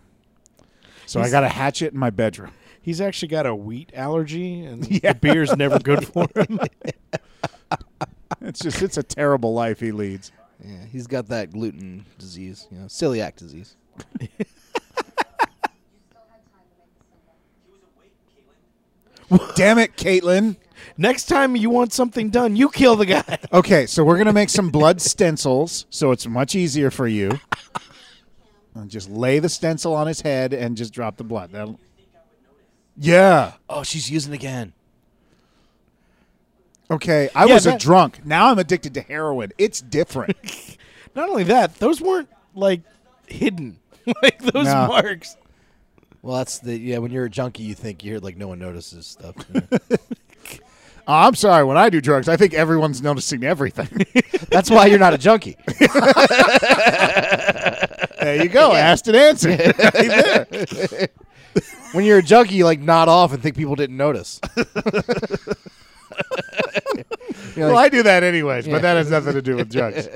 So I got a hatchet in my bedroom. *laughs*
He's actually got a wheat allergy, *laughs* and the beer's never good *laughs* for him.
It's just, it's a terrible life he leads.
Yeah, he's got that gluten disease, you know, celiac disease.
Damn it, Caitlin.
Next time you want something done, you kill the guy. *laughs*
Okay, so we're gonna make some blood stencils, so it's much easier for you. And just lay the stencil on his head and just drop the blood. That'll. Yeah.
Oh, she's using again.
Okay, I
Yeah,
was a
that-
drunk. Now I'm addicted to heroin. It's
*laughs*
different.
Not only that, those weren't like hidden, *laughs* like those
No.
marks.
Well, that's the yeah. When you're a junkie, you think you're like no one notices stuff.
Oh, I'm sorry. When I do drugs, I think everyone's noticing
*laughs*
everything.
*laughs* That's why you're not a junkie.
there you go. Asked and answered.
When you're a junkie, you like nod off and think people didn't notice.
*laughs* well, I do that anyways, but that has nothing to do with
*laughs*
drugs.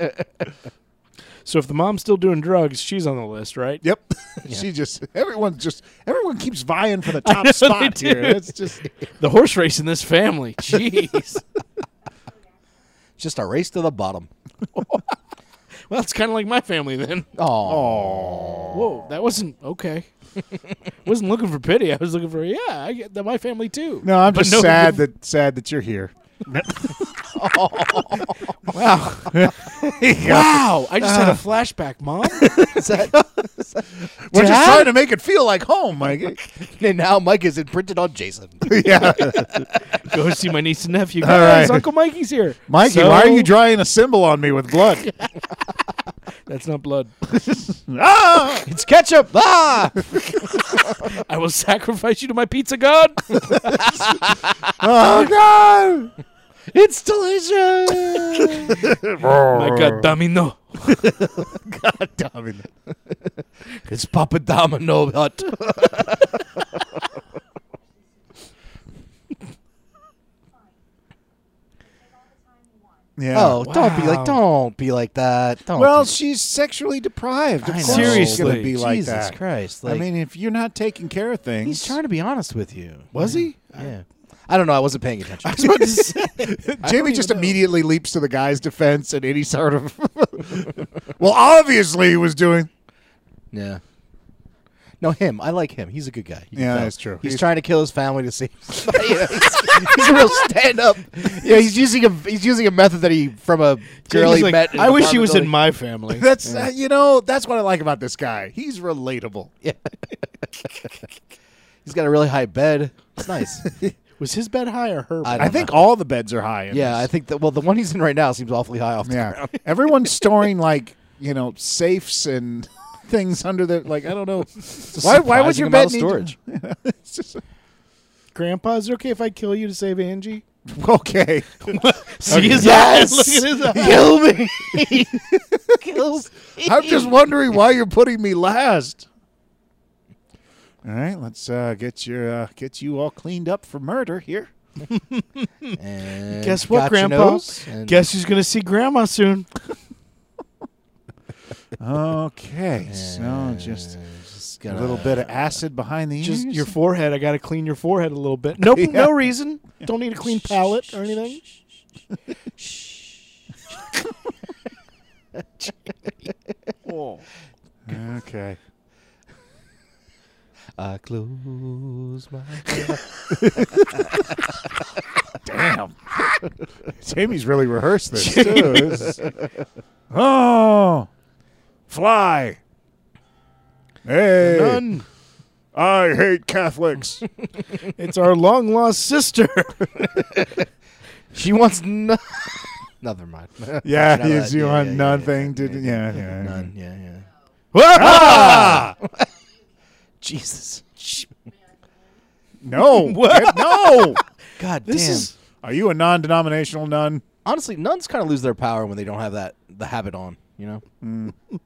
So if the mom's still doing drugs, she's on the list, right?
Yep. *laughs* she just everyone's just everyone keeps vying
*laughs*
for the top spot
do.
here. It's just
The horse race in this
*laughs*
family. *laughs* Jeez.
Just a race to the bottom. *laughs*
well, it's kind of like my family then.
Oh,
Whoa, that wasn't okay. *laughs* wasn't looking for pity. I was looking for yeah. I get that my family too.
no. I'm
But
just
no-
sad that sad that you're here. *laughs*
Wow, I just had a flashback, mom.
We're just trying to make it feel like home, Mike.
and now Mike is imprinted on Jason.
*laughs*
*laughs*
yeah,
Go see my niece and nephew. Guys,
right.
Uncle Mikey's here.
Mikey,
So-
why are you drawing a symbol on me with blood? *laughs*
That's not blood.
ah!
it's ketchup. Ah,
*laughs* I will sacrifice you to my pizza god.
Oh God!
it's delicious.
my god, Domino.
it's Papa Domino Hut.
Yeah.
Oh, don't be like, don't be like that. Don't.
Well,
be,
she's sexually deprived. Of
I
course
know.
she's gonna be
Seriously.
like
Jesus
that.
Christ!
I
Like,
mean, if you're not taking care of things,
he's trying to be honest with you.
was he?
Yeah. I don't know. I wasn't paying attention.
Jamie just immediately leaps to the guy's defense and any sort of. *laughs* well, obviously he was doing.
*laughs* yeah. No, him. I like him. He's a good guy. You can
Yeah,
tell.
that's true.
He's,
He's-
trying to kill his family to see. Yeah, he's, *laughs* he's a real stand-up.
Yeah, he's using a he's using a method that he from a girl
He's
he
like,
met. in
I
the
wish he was in
bombability.
my family.
*laughs* That's uh, you know that's what I like about this guy. He's relatable.
*laughs* He's got a really high bed. It's nice.
Was his bed high or her?
I,
bed?
don't
I think
know.
all the beds are high. In
Yeah, I
this.
think that. Well, the one he's in right now seems awfully high off. the ground.
yeah. Everyone's storing like you know safes and *laughs* things under their like I don't know. Why? Why would
surprising
your
amount
bed
of
need *laughs*
storage.
It's just-
Grandpa, is it okay if I kill you to save Angie?
okay.
See his eyes. *laughs* Look
*laughs*
at his eyes.
Kill me. *laughs* Kills.
I'm just wondering why you're putting me last. All right, let's uh, get your uh, get you all cleaned up for murder here.
And
Guess what,
got your
Grandpa?
nose and-
Guess who's gonna see Grandma soon?
Okay, so just
*laughs* Just
a
gotta-
little bit of acid behind the
Just
ears.
your forehead. I gotta clean your forehead a little bit.
*laughs*
Nope, no reason. Don't need a clean palette or anything.
okay.
I close my.
Damn. *laughs* Jamie's really rehearsed this.
*laughs*
too. This is- *laughs* oh, fly. Hey,
None.
I hate
*laughs*
Catholics.
It's our long lost sister.
She *laughs* wants no. Never mind.
yeah,
None of
yes,
that.
you
Yeah,
want
yeah, yeah,
none
yeah,
thing? Did yeah, yeah. Ah!
None. Yeah, yeah. Jesus.
No,
*laughs*
Get- no.
God
This
damn.
is-
Are you a non-denominational nun? *laughs*
Honestly, nuns kind of lose their power when they don't have that the habit on. You know. *laughs*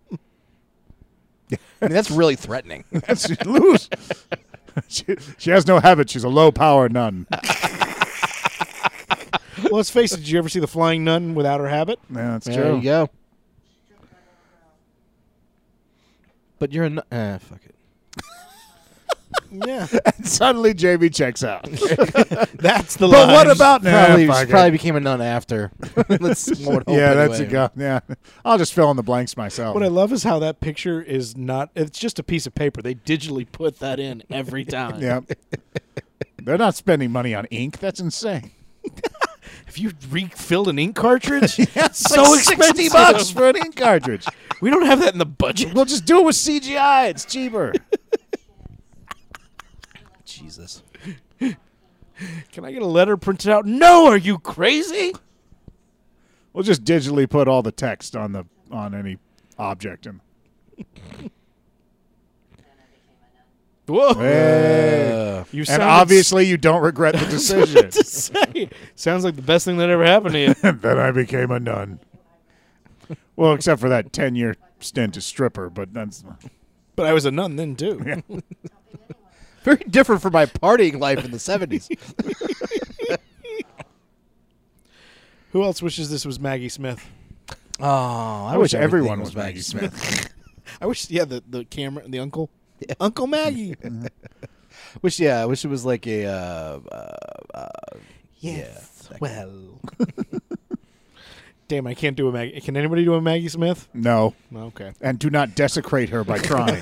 I mean, that's really threatening.
That's she lose. *laughs* she, she has no habit. She's a low power
*laughs*
nun.
*laughs* Well, Let's face it. Did you ever see the flying nun without her habit?
Yeah, that's
There you
true.
go. But you're a nu- eh, fuck it.
Yeah.
*laughs* And suddenly Jamie checks
*laughs*
out.
That's the.
but
line.
what about now?
Probably, she probably became a nun after. *laughs* Let's one would hope
yeah, that's a
anyway.
go. Yeah, *laughs* I'll just fill in the blanks myself.
*laughs* What I love is how that picture is not. It's just a piece of paper. They digitally put that in every time.
yeah, they're not spending money on ink. That's insane. *laughs*
If you refilled an ink
*laughs*
cartridge, so
Like sixty
expensive.
bucks for an ink cartridge.
We don't have that in the budget. *laughs*
We'll just do it with CGI. It's cheaper.
Jesus.
Can I get a letter printed out? No, are you crazy?
we'll just digitally put all the text on the on any object and.
Whoa.
Hey.
Uh,
You
and
sounded s-
obviously you don't regret the decision.
to *laughs* say. Sounds like the best thing that ever happened to
*laughs*
you.
then I became a nun. Well, except for that ten-year stint as stripper, but that's
*laughs* but I was a nun then too.
Very different from my partying life *laughs* in the 70s.
Who else wishes this was Maggie Smith?
Oh, I,
I wish everyone was
Maggie
Maggie Smith.
I wish, yeah, the the camera, the uncle, Uncle Maggie.
Wish, yeah, I wish it was like a. Uh, uh, uh, yeah.
Well,
Damn, I can't do a Maggie. Can anybody do a Maggie Smith?
No,
Okay,
and do not desecrate
*laughs*
her by trying.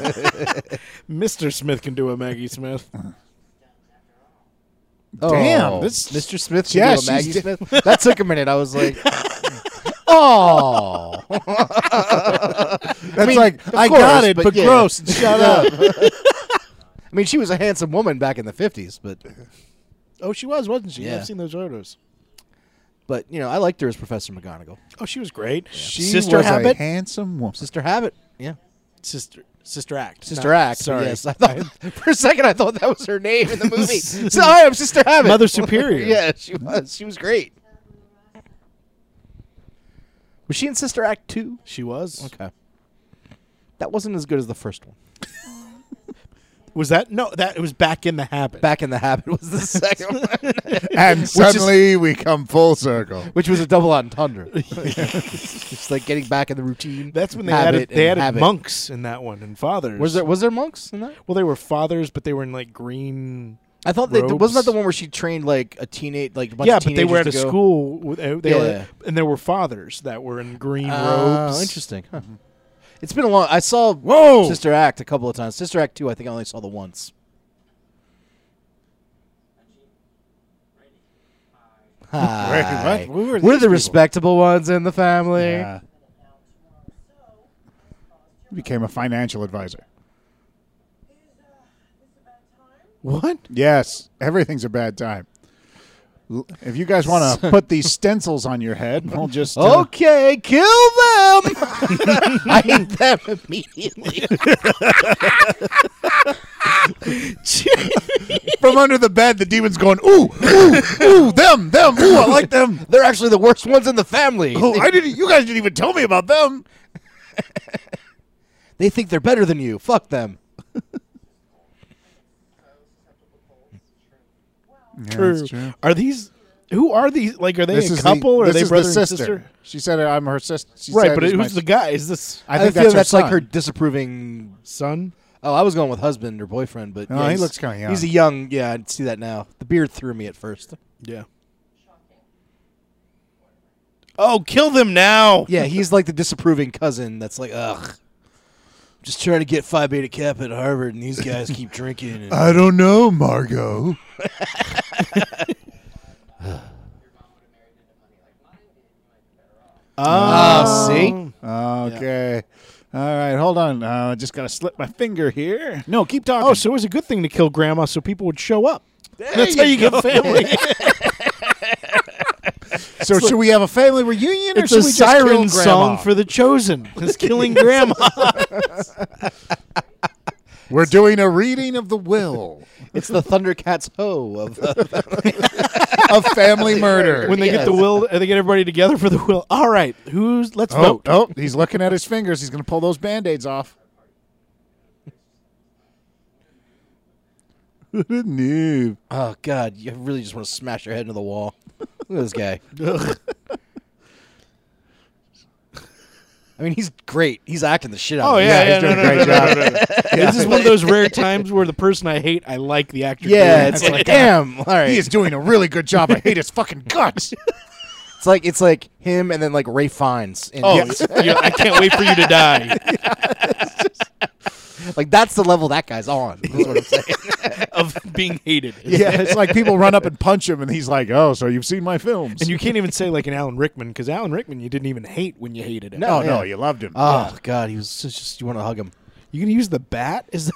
Mister Smith can do a Maggie
*laughs*
Smith.
Damn, this
Mr. oh, Smith.
Yeah,
Yeah,
she's
Maggie
di-
Smith. *laughs* That took a minute. *laughs* I was like, oh,
that's like I
course,
got it,
but
but,
yeah.
gross.
*laughs*
Shut up.
I mean, she was a handsome woman back in the fifties, but
Oh, she was, wasn't she?
Yeah.
I've seen those photos.
but you know, I liked her as Professor McGonagall,
Oh, she was great.
She
Sister
was
Habit?
a handsome woman.
Sister Habit. Yeah,
Sister, Sister Act,
Sister
Not-
Act.
Sorry,
Yes, I thought *laughs* for a second I thought that was her
*laughs*
name in the movie. so I am Sister Habit.
Mother Superior.
*laughs* yeah, she was. She was great. Was she in Sister Act two?
she was.
Okay, that wasn't as good as the first one.
Was that no? That it was back in the habit.
Back in the Habit
*laughs*
was the second one, *laughs*
And suddenly we come full circle.
which was a
*laughs*
double entendre. Just like getting back in the routine.
That's when they added
Habit
they
and
added
habit.
monks in that one and fathers.
Was there was there monks in that?
Well, they were fathers, but they were in like green.
I thought that
robes.
wasn't that the one where she trained like a teenage like a bunch
yeah,
of
but they were at a
teenagers to go-
school. with- uh, They
Yeah.
were, and there were fathers that were in green
Oh,
robes.
interesting. Huh. It's been a long. I saw
Whoa!
Sister Act a couple of times. Sister Act two, I think I only saw the once. Hi.
Wait, what?
We were, the respectable ones in the family.
Yeah. You became a financial advisor.
What?
Yes, everything's a bad time. L- If you guys want
*laughs*
to put these stencils on your head, we'll just uh,
Okay, kill them. *laughs* I hate them immediately.
from under the bed. The demon's going, ooh,
*laughs*
ooh, ooh, them, them, ooh, I like them.
They're actually the worst ones in the family.
Oh, I didn't. You guys didn't even tell me about them.
They think they're better than you. Fuck them.
True. Are these? Who are these? Like, are they a couple or are
this
they
is
brother
the
and
sister.
sister?
She said, "I'm her sister."
Right, but who's the guy? Is this
I
I,
think
feel
that's,
that's,
her
like
son.
her disapproving
son?
Oh, I was going with husband or boyfriend, but
No,
yeah,
he
he's-
looks kinda young.
He's a young, yeah. I see that now. The beard threw me at first.
Yeah. Oh, kill them now!
Yeah, he's like the disapproving cousin. That's like, ugh. Just trying to get Phi Beta Kappa at Harvard, and these guys keep drinking. And
I don't know, Margot.
Ah,
Oh.
see,
Okay. All right, hold on. Uh, I just got to slip my finger here. No, keep talking.
Oh, so it was a good thing to kill grandma, so people would show up. That's
you
how you get
*laughs*
family.
so should we have a family reunion
it's
or
a
should we just kill
siren
grandma?
song for the chosen.
*laughs*
It's killing grandma.
We're doing a reading of the
*laughs*
will
it's the Thundercats ho of
*laughs* of family murder.
when they get the will, and they get everybody together for the *laughs* will. All right, who's? Let's
oh,
vote.
oh, he's looking at his fingers. He's going to pull those band-aids off. *laughs* no.
oh god, you really just want to smash your head into the wall. Look at this guy.
*laughs*
I mean, he's great. He's acting the shit out.
Oh
of it.
yeah, yeah,
he's
no,
doing
no,
a great
no, no,
job.
no, no. This is one of those rare times where the person I hate, I like the actor.
yeah.
doing
It's
it.
like, damn. All right,
He is doing a really good job. I hate his fucking guts.
It's like it's like him and then like Ray Fiennes. And
Oh, yeah, I can't wait for you to *laughs* die.
like that's the level that guy's on. That's what I'm saying.
of being hated.
yeah, it's like people run up and punch him, and he's like, "Oh, so you've seen my films?"
And you can't even say like an Alan Rickman because Alan Rickman you didn't even hate when you hated him.
oh
yeah.
no, you loved him.
*laughs* Oh god, he was so- just you want to hug him.
you can use the bat. Is that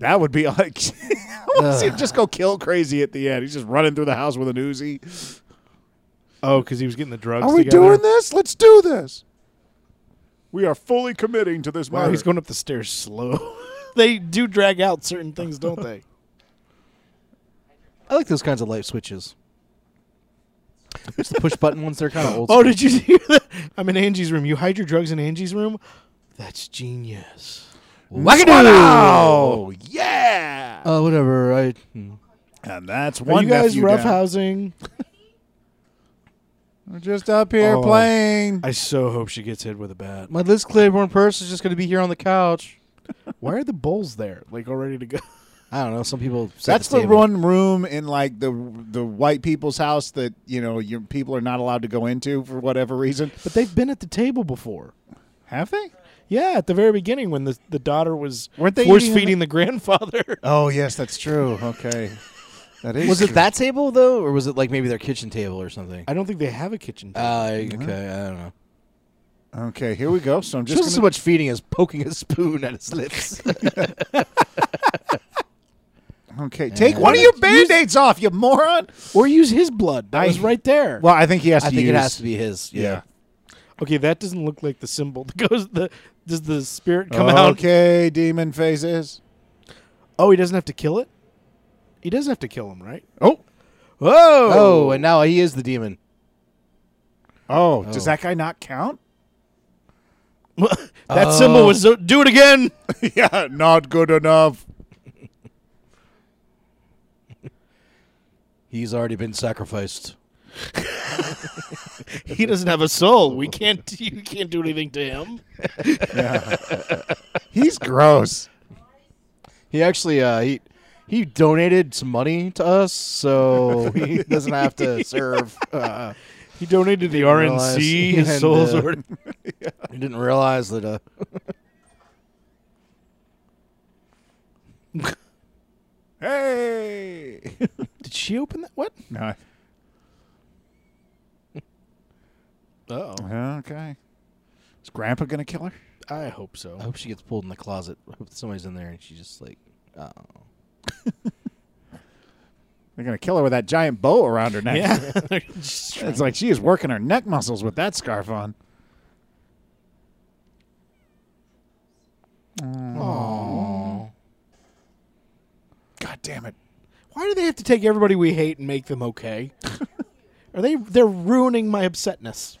That would be like, *laughs* I want to see him just go kill crazy at the end. He's just running through the house with an Uzi.
*laughs* oh because he was getting the drugs.
Are we
together.
doing this? Let's do this. We are fully committing to this
Wow,
murder.
he's going *laughs* up the stairs slow. they do drag out certain things, don't they?
I like those kinds of light switches. It's the push button ones. They're kind *laughs* of old.
*laughs* Oh, did you *laughs* hear that? I'm in Angie's room. You hide your drugs in Angie's room? That's genius.
Wow! Yeah!
Uh, whatever. I
And that's
Are
one
you guys
nephew down.
roughhousing?
We're just up here
Oh.
playing.
I so hope she gets hit with a bat.
my Liz Claiborne purse is just going to be here on the couch.
Why are the bowls there? Like all ready to go?
I don't know. Some people. set
That's the
table.
one room in like the the white people's house that you know your people are not allowed to go into for whatever reason.
But they've been at the table before.
Have they?
Yeah, at the very beginning when the, the daughter was
Weren't they
force
eating in
feeding the grandfather.
Oh yes, that's true. Okay, that is.
Was
true.
it that table though, or was it like maybe their kitchen table or something?
*laughs* I don't think they have a kitchen table.
Uh, okay, I don't know.
Okay, here we go. So I'm
Just
just gonna,
so much feeding as poking a spoon at his
*laughs*
lips.
okay. Take one of your band aids off, you moron.
or use his blood. That
I-
was right there.
Well, I think he has to.
I think it
use-
has to be his. Yeah.
Yeah.
okay, that doesn't look like the symbol. *laughs* Goes the does the spirit come out?
Okay, demon faces.
Oh, he doesn't have to kill it. He does have to kill him, right?
Oh,
Whoa!
Oh, and now he is the demon.
oh, does that guy not count? *laughs*
*laughs* that symbol was so, do it again.
yeah, not good enough.
He's already been sacrificed.
He doesn't have a soul. We can't. You can't do anything to him.
He's gross.
He actually uh, he he donated some money to
*laughs*
us, so he doesn't have to serve. Uh,
He donated the
realize
RNC.
he
His
had,
soul's
uh,
already.
he didn't realize that. Uh,
Hey. *laughs*
Did she open that? What?
no.
Oh,
Okay. Is Grandpa gonna kill her?
I hope so.
I hope she gets pulled in the closet. I hope somebody's in there and she's just like,
uh,
oh.
They're gonna kill her with that giant bow around her neck. *laughs*
Yeah.
It's like she is working her neck muscles with that scarf on. God damn it.
Why do they have to take everybody we hate and make them *laughs* okay? Are they? They're ruining my upsetness.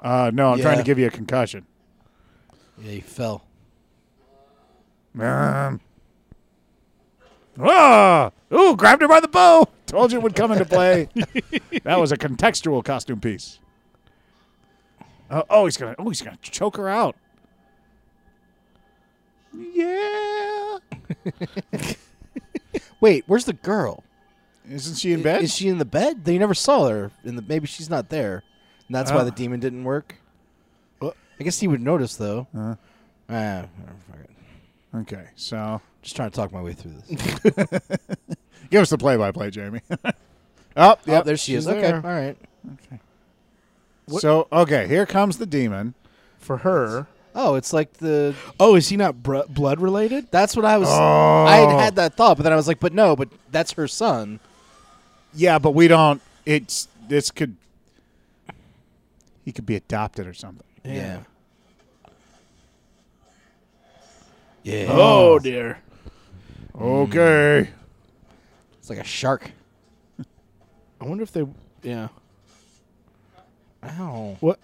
Uh, no, I'm trying
Yeah.
to give you a concussion.
yeah, he fell.
Um. Ah! Ooh, grabbed her by the bow. Told you it would come into play. *laughs* that was a contextual costume piece. Uh, oh, he's gonna. Oh, he's gonna choke her out. Yeah.
Wait, where's the girl?
Isn't she in bed?
Is she in the bed? They never saw her. In the maybe she's not there, and that's
Uh.
why the demon didn't work. I guess he would notice though.
Uh.
Ah, fuck it.
okay, so
Just trying to talk my way through this.
give us the play-by-play, Jamie. *laughs* oh,
oh,
yep.
there she is.
she's
Okay,
there.
all right.
so okay, here comes the demon.
For her.
Oh, it's like the.
Oh, is he not br- blood related?
That's what I was. I had had that thought, but then I was like, but no, but that's her son.
Yeah, but we don't. It's this could. He could be adopted or something.
Yeah. Yeah.
Oh dear.
Okay.
It's like a shark.
I wonder if they. Yeah.
Ow.
What?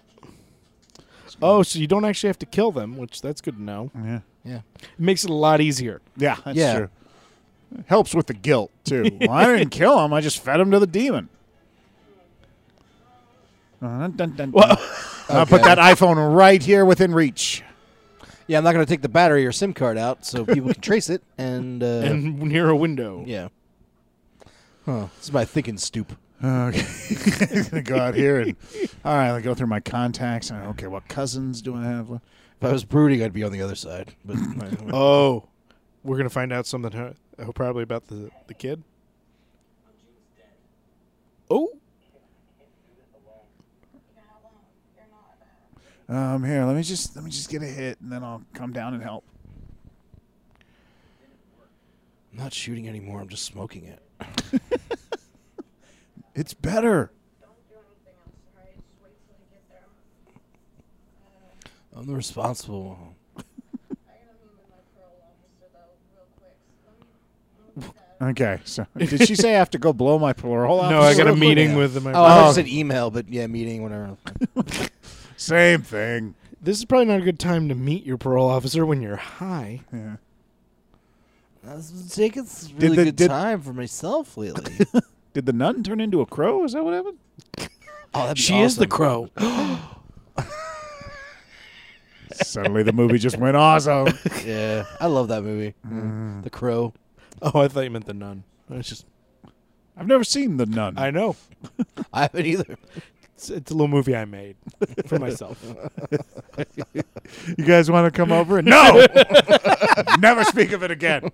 Oh, so you don't actually have to kill them, which that's good to know.
Yeah.
Yeah.
It makes it a lot easier.
Mm.
*laughs*
Yeah, that's
Yeah.
true. Helps with the guilt *laughs* too. well, I didn't kill him. I just fed him to the demon. Dun, dun, dun, dun.
*laughs*
I'll put that iPhone right here within reach.
Yeah, I'm not going to take the battery or SIM card out so people can trace it. And, uh,
And near a window.
yeah. Huh. This is my thinking stoop.
Okay, *laughs* go out here and all right. I go through my contacts. and, Okay, what cousins do I have? left?
If I was brooding, I'd be on the other side. But
Oh, we're gonna find out something huh, uh, probably about the the kid. Oh,
Um, here, let me just let me just get a hit, and then I'll come down and help.
I'm not shooting anymore. I'm just smoking it.
It's better.
I'm the responsible one.
Okay. So did she say I have to go blow my parole officer?
No, I got a
real quick?
meeting with them.
Oh, I heard it said email, but yeah, meeting, whatever.
Same thing.
This is probably not a good time to meet your parole officer when you're high.
Yeah.
Jacob's really
the-
good
did-
time for myself lately.
Did the nun turn into a crow? Is that what happened?
Oh, that'd be
She is the
awesome.
crow.
Suddenly the movie just went awesome.
Yeah, I love that movie. The Crow.
*laughs* Oh, I thought you meant the nun. It's just
I've never seen the nun.
I know.
I haven't either.
It's, it's a little movie I *laughs* made for myself.
you guys want to come
*laughs*
over? And- no. never speak of it again.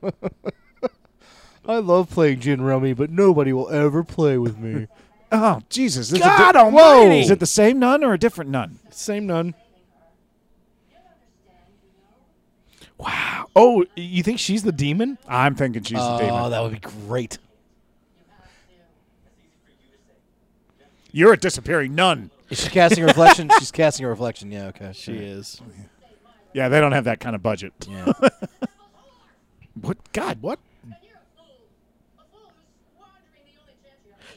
I love playing gin rummy, but nobody will ever play with me.
Oh Jesus! This
God
is a Whoa!
almighty!
Is it the same nun or a different nun?
Same nun. Wow. Oh, you think she's the demon?
I'm thinking she's
Oh,
the demon.
that would be great.
You're a disappearing nun.
Is she casting a reflection? She's casting a reflection. Yeah, okay.
She is.
Yeah, they don't have that kind of budget.
Yeah.
What? God, what?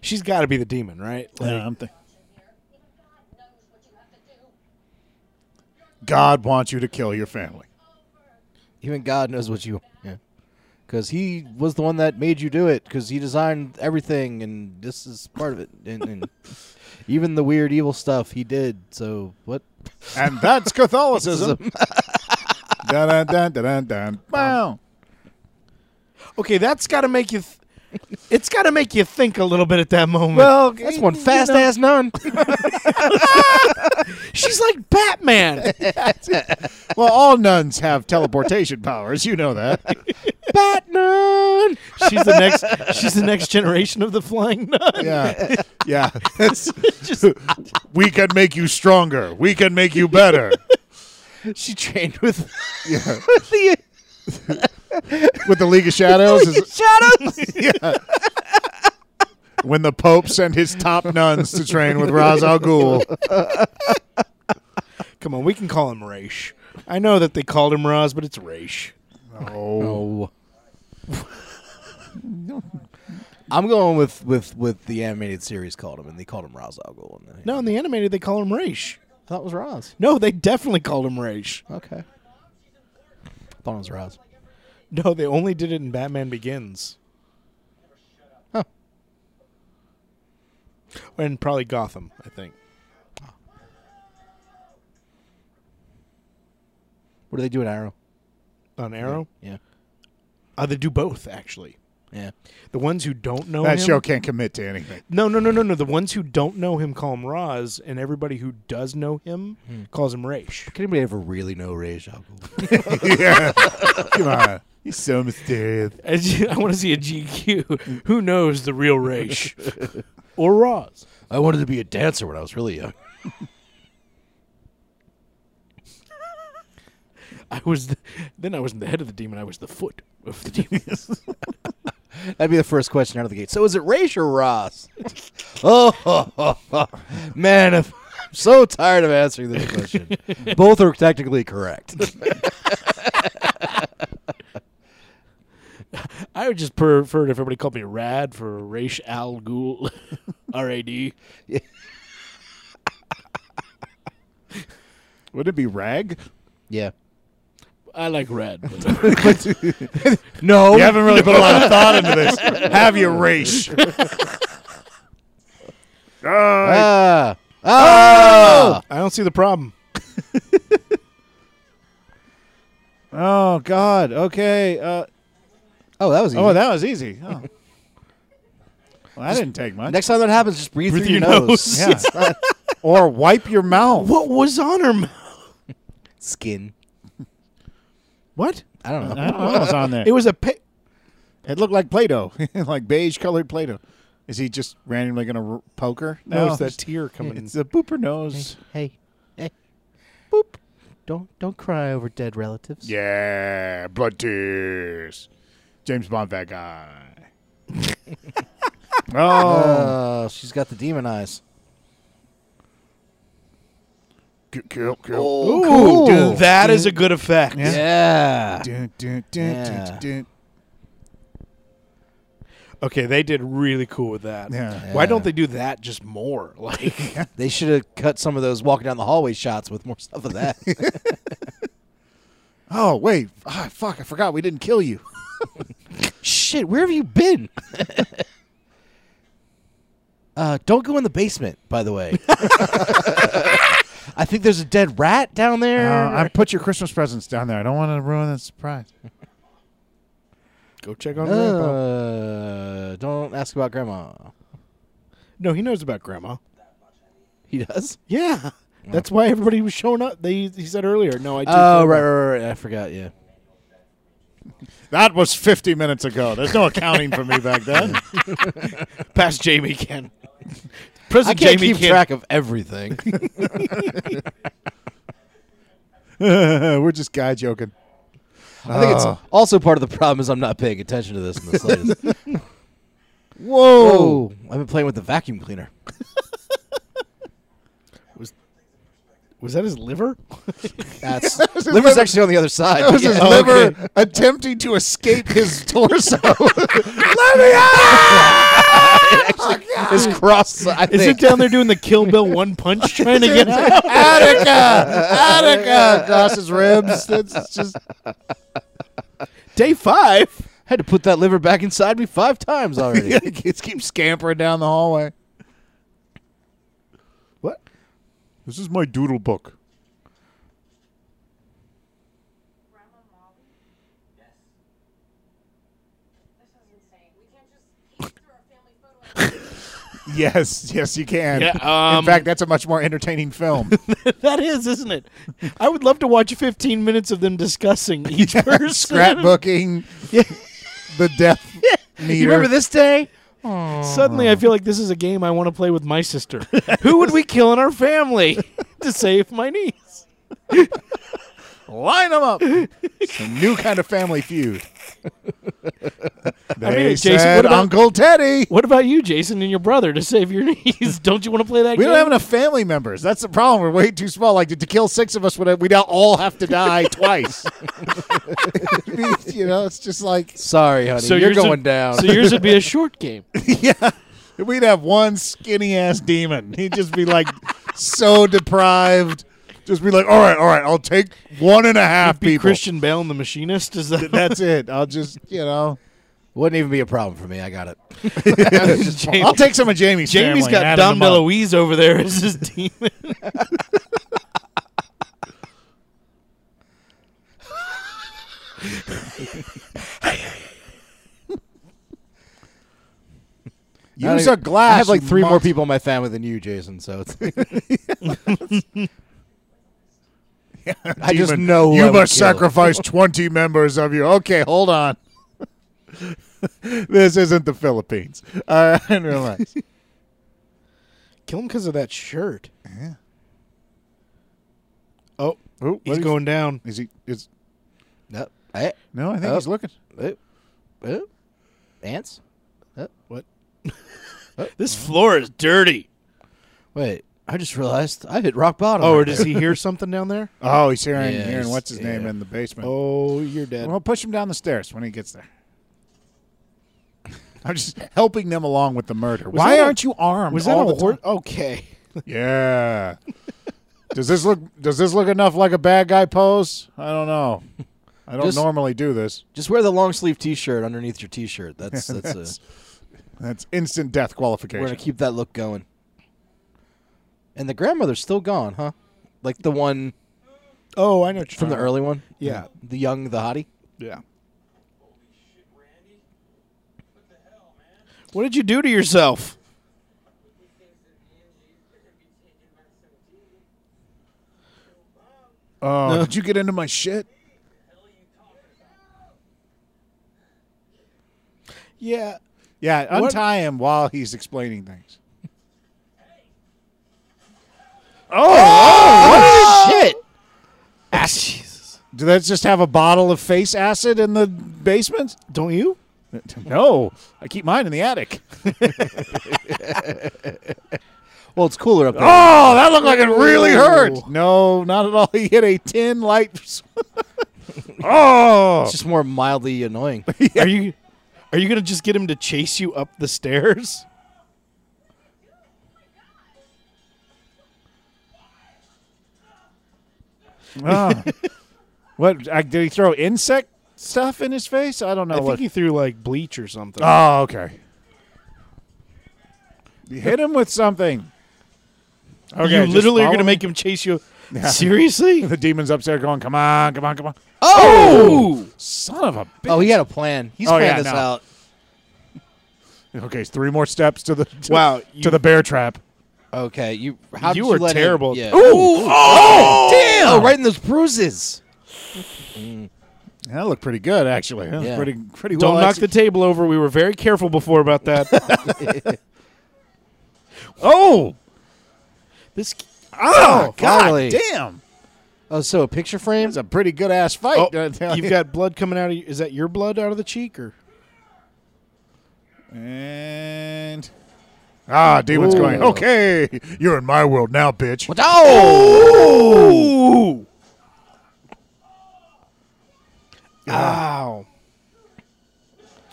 She's got to be the demon, right?
Yeah, I'm think- God wants you to kill your family.
Even God knows what you. Yeah. Because he was the one that made you do it. Because he designed everything, and this is part of it. And, and even the weird, evil stuff he did. So what?
And that's *laughs* Catholicism. dun, dun, dun, dun, dun, dun. Wow.
Okay, that's got to make you. Th- it's got to make you think a little bit at that moment.
well, that's one fast ass nun.
she's like Batman.
Well, all nuns have teleportation powers. You know that.
Batman. She's the next. She's the next generation of the flying nun.
Yeah. Yeah. we can make you stronger. We can make you better.
She trained with
Yeah.
the
With the League of Shadows, is,
shadows.
*laughs* when the Pope sent his top nuns to train with Ra's al Ghul.
Come on, we can call him Raish. I know that they called him Roz, but it's Raish.
Oh,
I'm going with with with the animated series called him, and they called him Ra's al Ghul. and they-
No, in the animated they call him Raish.
I thought it was Roz.
No, they definitely called him Raish.
Okay. I thought it was Roz.
No, they only did it in Batman Begins.
Huh.
And probably Gotham, I think.
What do they do in Arrow?
On Arrow?
Yeah.
Uh, they do both, actually.
Yeah.
The ones who don't know
That
him.
show can't commit to anything. *laughs*
No, no, no, no, no. The ones who don't know him call him Roz, and everybody who does know him calls him Raish.
Can anybody ever really know Raish al Ghul? *laughs*
yeah. Come on. He's so mysterious.
I want to see a GQ. who knows the real *laughs* Raish? or Roz.
I wanted to be a dancer when I was really young.
I was the, then I wasn't the head of the demon. I was the foot of the demon. *laughs*
That'd be the first question out of the gate. So is it Raish or *laughs* Roz? *laughs*
Oh man, if, I'm so tired of answering this
*laughs*
question. Both are technically correct.
I would just prefer it if everybody called me Rad for Raish Al Ghul, *laughs* R A D.
Would it be rag?
Yeah.
I like Rad. *laughs*
No,
You haven't really put a lot of thought into this. Have you, Raish? Ah,
Ah.
*laughs* I don't see the problem.
oh God. Okay. Uh,
Oh, that was easy.
oh, that was easy. Oh. Well, that didn't take much.
Next time that happens, just breathe,
Breathe
through your,
through your
nose.
nose.
Yeah. or wipe your mouth.
What was on her mouth?
Skin.
What?
I don't know.
I
*laughs*
don't know what was on there.
It was a. Pa-
It looked like Play-Doh, *laughs* like beige-colored Play-Doh. Is he just randomly going to r- poke her?
no, it's that tear coming.
It's a booper nose.
Hey, hey, boop! Don't don't cry over dead relatives.
Yeah, blood tears. James Bond, that guy. *laughs* oh,
Uh, she's got the demon eyes.
K- kill, kill.
Ooh,
Cool.
dude, that is a good effect.
Yeah.
Yeah.
Dun, dun, dun, dun,
Yeah.
dun, dun.
Okay, they did really cool with that.
Yeah.
Why don't they do that just more? *laughs* Like,
They should have cut some of those walking down the hallway shots with more stuff of that.
Oh wait, ah, fuck! I forgot we didn't kill you.
Shit, where have you been? *laughs* uh, don't go in the basement, by the way. *laughs* I think there's a dead rat down
Uh,
there.
I put your Christmas presents down there. I don't want to ruin the surprise.
go check on
Oh.
Grandpa.
Uh, don't ask about grandma.
No, he knows about Grandma.
He does.
Yeah. *laughs* That's why everybody was showing up. They he said earlier. No, I. do
Oh
know
right,
about-
right, right. I forgot. Yeah.
That was 50 minutes ago. There's no accounting for me back then.
Past Jamie *laughs* Ken. Prison
I can't
Jamie
keep
Ken. *laughs*
track of everything.
*laughs* We're just guy joking.
I think
Ah.
it's also part of the problem is I'm not paying attention to
*laughs*
this in the slightest.
Whoa.
oh, I've been playing with the
*laughs*
vacuum cleaner.
Was that his liver?
That's liver's actually on the other side.
That was his
Yeah.
liver attempting to escape his torso. *laughs*
His cross. I
*laughs* Is it
think.
down there doing the Kill Bill one *laughs* punch trying to get out?
Attica! *laughs* Attica! Across his
*laughs*
ribs. That's just.
Day five.
*laughs* had to put that liver back inside me five times already.
*laughs*
Kids keep scampering down the hallway.
What?
This is my doodle book.
Grandma Molly? Yes. This is insane. We can't just peek through our family photo album.
Yes, yes, you can.
Yeah, um,
In fact, that's a much more entertaining
*laughs*
film.
That is, isn't it? I would love to watch 15 minutes of them discussing each person.
Scrapbooking, the
*laughs*
death meter.
You remember this day? Suddenly, I feel like this is a game I want to play with my *laughs* sister. Who would we kill in our family *laughs* to save my niece?
Line them
*laughs*
up. It's a new kind of family feud. they
mean, Jason,
said
what about-
Uncle Teddy.
What about you, Jason, and your brother to save your *laughs* niece? Don't you want to play that
We
game?
don't have enough family members. That's the problem. We're way too small. Like to, to kill six of us, would we'd all have to *laughs* die twice. you know, it's just *laughs* like
Sorry, honey.
So
you're
yours would-
going down.
So yours would be a *laughs* short game.
we'd have one skinny ass demon. He'd just be like so deprived. Just be like, all right, all right, I'll take one and a half
Be
people.
Christian Bale and the Machinist? Is that
That's it. I'll just, you know,
Wouldn't even be a problem for me. I got it.
I'll take some of Jamie's.
Jamie's
family and
got
add
Dom
them up.
DeLuise over there as *laughs* his demon.
Use
I-
a glass.
I have like
you
three more
monster.
people in my family than you, Jason. So it's, I just
demon.
know who I
you
would
must
kill. *laughs*
sacrifice 20 members of your okay hold on *laughs* this isn't the philippines uh, *laughs* i didn't
*laughs*
realize
*laughs* Kill him because of that shirt.
Yeah.
Oh,
Ooh, what
he's
is-
going down.
is he is
no. Eh,
no i think
Oh.
he's looking
eh, eh. Ants? *laughs*
This floor is dirty.
Wait, I just realized I hit rock bottom.
Oh, or
right
does
there.
he hear something down there?
oh he's hearing
Yeah,
hearing
he's-
what's his name
yeah.
in the basement
Oh, you're dead.
well push him down the stairs when he gets there *laughs* i'm just helping them along with the murder why
that a-
aren't you armed
was that
all
a
the
horse?
time?
Okay.
*laughs* yeah does this look does this look enough like a bad guy pose i don't know i don't
Just-
normally do this
Just wear the long sleeve T-shirt underneath your T-shirt. That's that's. uh
That's instant death
we're gonna
qualification.
keep that look going. And the grandmother's still gone, huh? Like the one
Oh, I know.
from the early one.
Yeah.
the young, the hottie.
Yeah. What did you do to yourself?
Oh, did you get into my shit?
Yeah.
Yeah,
What-
untie him while he's explaining things.
*laughs*
Shit!
Ass Ah, Jesus.
Do they just have a bottle of face acid in the basement?
Don't you?
No, I keep mine in the attic.
Well, it's cooler up there.
Oh, that looked like it really hurt. No, not at all. *laughs* He hit a tin *laughs* light. oh,
It's just more mildly annoying.
Are you? Are you gonna just get him to chase you up the stairs?
*laughs* Ah. what I, did he throw insect stuff in his face? I don't know.
I
what-
think he threw like bleach or something.
oh, okay. You hit him with something. Okay,
you
just
literally are
follow
gonna
me.
make him chase you. Seriously?
*laughs* the demons upstairs going, "Come on, come on, come on!"
Oh!
Son of a bitch.
Oh, he had a plan. He's
Oh,
planned
yeah,
this
no.
out.
Okay, it's three more steps to the to,
Wow, you-
to the bear trap.
Okay, you. How
You
did
are
let him-
terrible.
Yeah.
Oh, damn!
Oh, right in those bruises.
That looked pretty good, actually. That was
Yeah.
pretty pretty
Don't
well.
knock the table over. We were very careful before about that.
*laughs*
*laughs*
the. Oh,
this
ah, god
golly.
damn!
Oh, so a picture frame?
It's a pretty good ass fight.
oh,
I tell
you've
you.
got blood coming out of you. Is that your blood out of the cheek or?
and ah, demons going. Okay, you're in my world now, bitch.
Oh! Ow.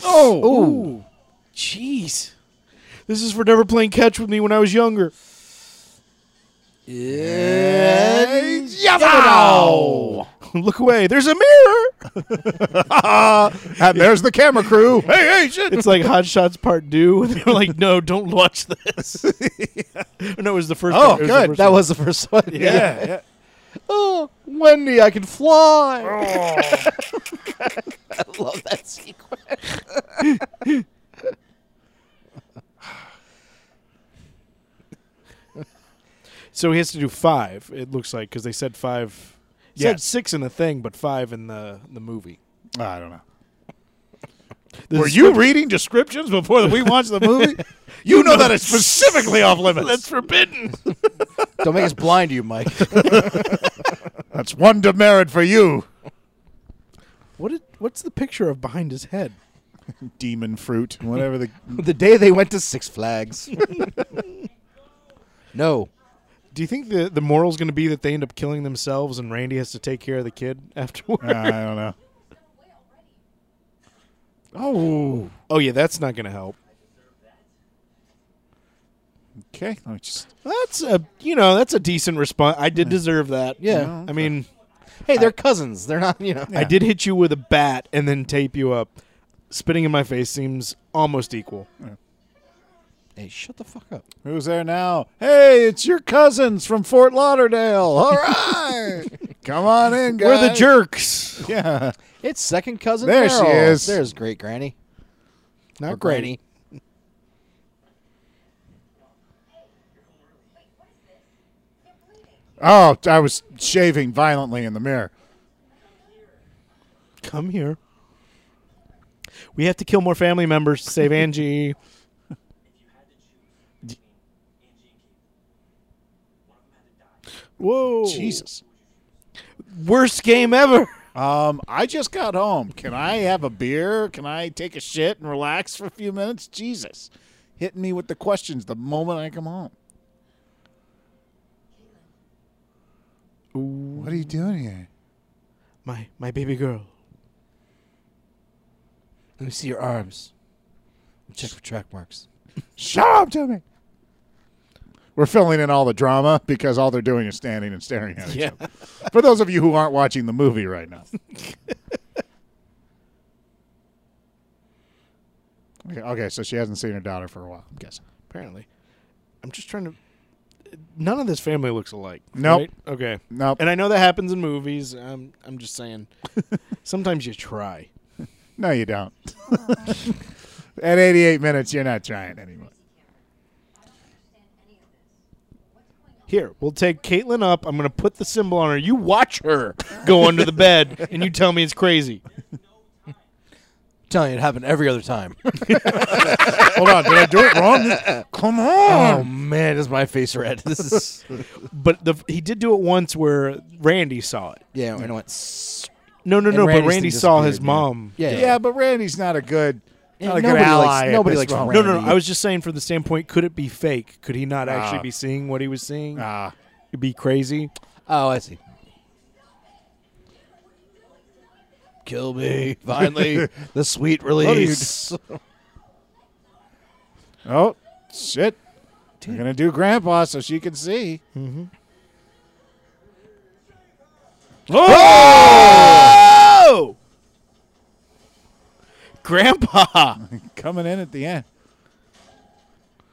Oh. Jeez. This is for never playing catch with me when I was younger.
Yow!
Look away. There's a mirror.
and there's the camera crew. *laughs* Hey, hey, shit!
It's like Hot Shots Part 2. *laughs* They're like, no, don't watch *laughs* this. no, it was the first
Oh,
one. It was the
good.
first
That
one.
was the first one.
yeah, yeah.
Oh, Wendy, I can fly. I *laughs* love that sequence.
So he has to do five, it looks like, because they said five. It
Yeah.
said six in the thing, but five in the, the movie.
I don't know.
The
Were you reading descriptions before we watched the *laughs* movie? You know that it's specifically off limits.
That's forbidden.
Don't make us blind to you, Mike.
That's one demerit for you.
What did, what's the picture of behind his head?
Demon fruit, whatever the.
the day they went to Six Flags. *laughs* no.
Do you think the the moral's going to be that they end up killing themselves and Randy has to take care of the kid
*laughs*
afterward?
I don't know. Oh,
oh yeah, that's not going to help.
okay. Let me just.
That's a you know that's a decent response. I *laughs* did deserve that.
Yeah.
I mean,
Hey, they're cousins. They're not, you know.
I did hit you with a bat and then tape you up. Spitting in my face seems almost equal.
Hey, shut the fuck up.
Who's there now? Hey, it's your cousins from Fort Lauderdale.
*laughs*
All right, come on in, guys.
We're the jerks.
Yeah,
It's second cousin
There she
Meryl.
is.
There's great granny.
Not
Or granny.
Oh, I was shaving violently in the mirror.
Come here. We have to kill more family members to save Angie. Whoa.
Jesus.
Worst game ever.
Um, I just got home. Can I have a beer? Can I take a shit and relax for a few minutes? Jesus, hitting me with the questions the moment I come home. What are you doing here?
My my baby girl.
Let me see your arms. Check for track marks.
Show up to me. We're filling in all the drama because all they're doing is standing and staring at each other. For those of you who aren't watching the movie right
*laughs*
now. okay, okay, so she hasn't seen her daughter for a while, I'm guessing.
Apparently. I'm just trying to None of this family looks alike.
Nope.
right? Okay.
Nope.
And I know that happens in movies. I'm I'm just saying. Sometimes you try.
No, you don't. *laughs* At 88 minutes, you're not trying anymore.
Here, we'll take Caitlin up. I'm gonna put the symbol on her. You watch her
*laughs*
go under the bed and you tell me it's crazy.
telling you, it happened every other *laughs* time.
Hold on, did I do it
*laughs*
wrong? Come on.
oh, man, is my face *laughs* red. This is.
But the he did do it once where Randy saw it.
Yeah, and I went. "Sss."
No, no,
And
no.
Randy's
but Randy
thing
saw his
disappeared, yeah.
mom.
Yeah.
yeah. but Randy's not a good, not a good
nobody
ally.
likes-
at
nobody
this
likes
moment.
No, no, no.
Randy.
I was just saying, for the standpoint, could it be fake? Could he not actually
Ah.
be seeing what he was seeing?
Ah.
Oh,
It'd be crazy.
Oh, I see. kill me. Finally,
*laughs*
the sweet release.
Oh, shit. We're going to do Grandpa so she can see.
Mm-hmm.
Oh! Grandpa!
*laughs* Coming in at the end.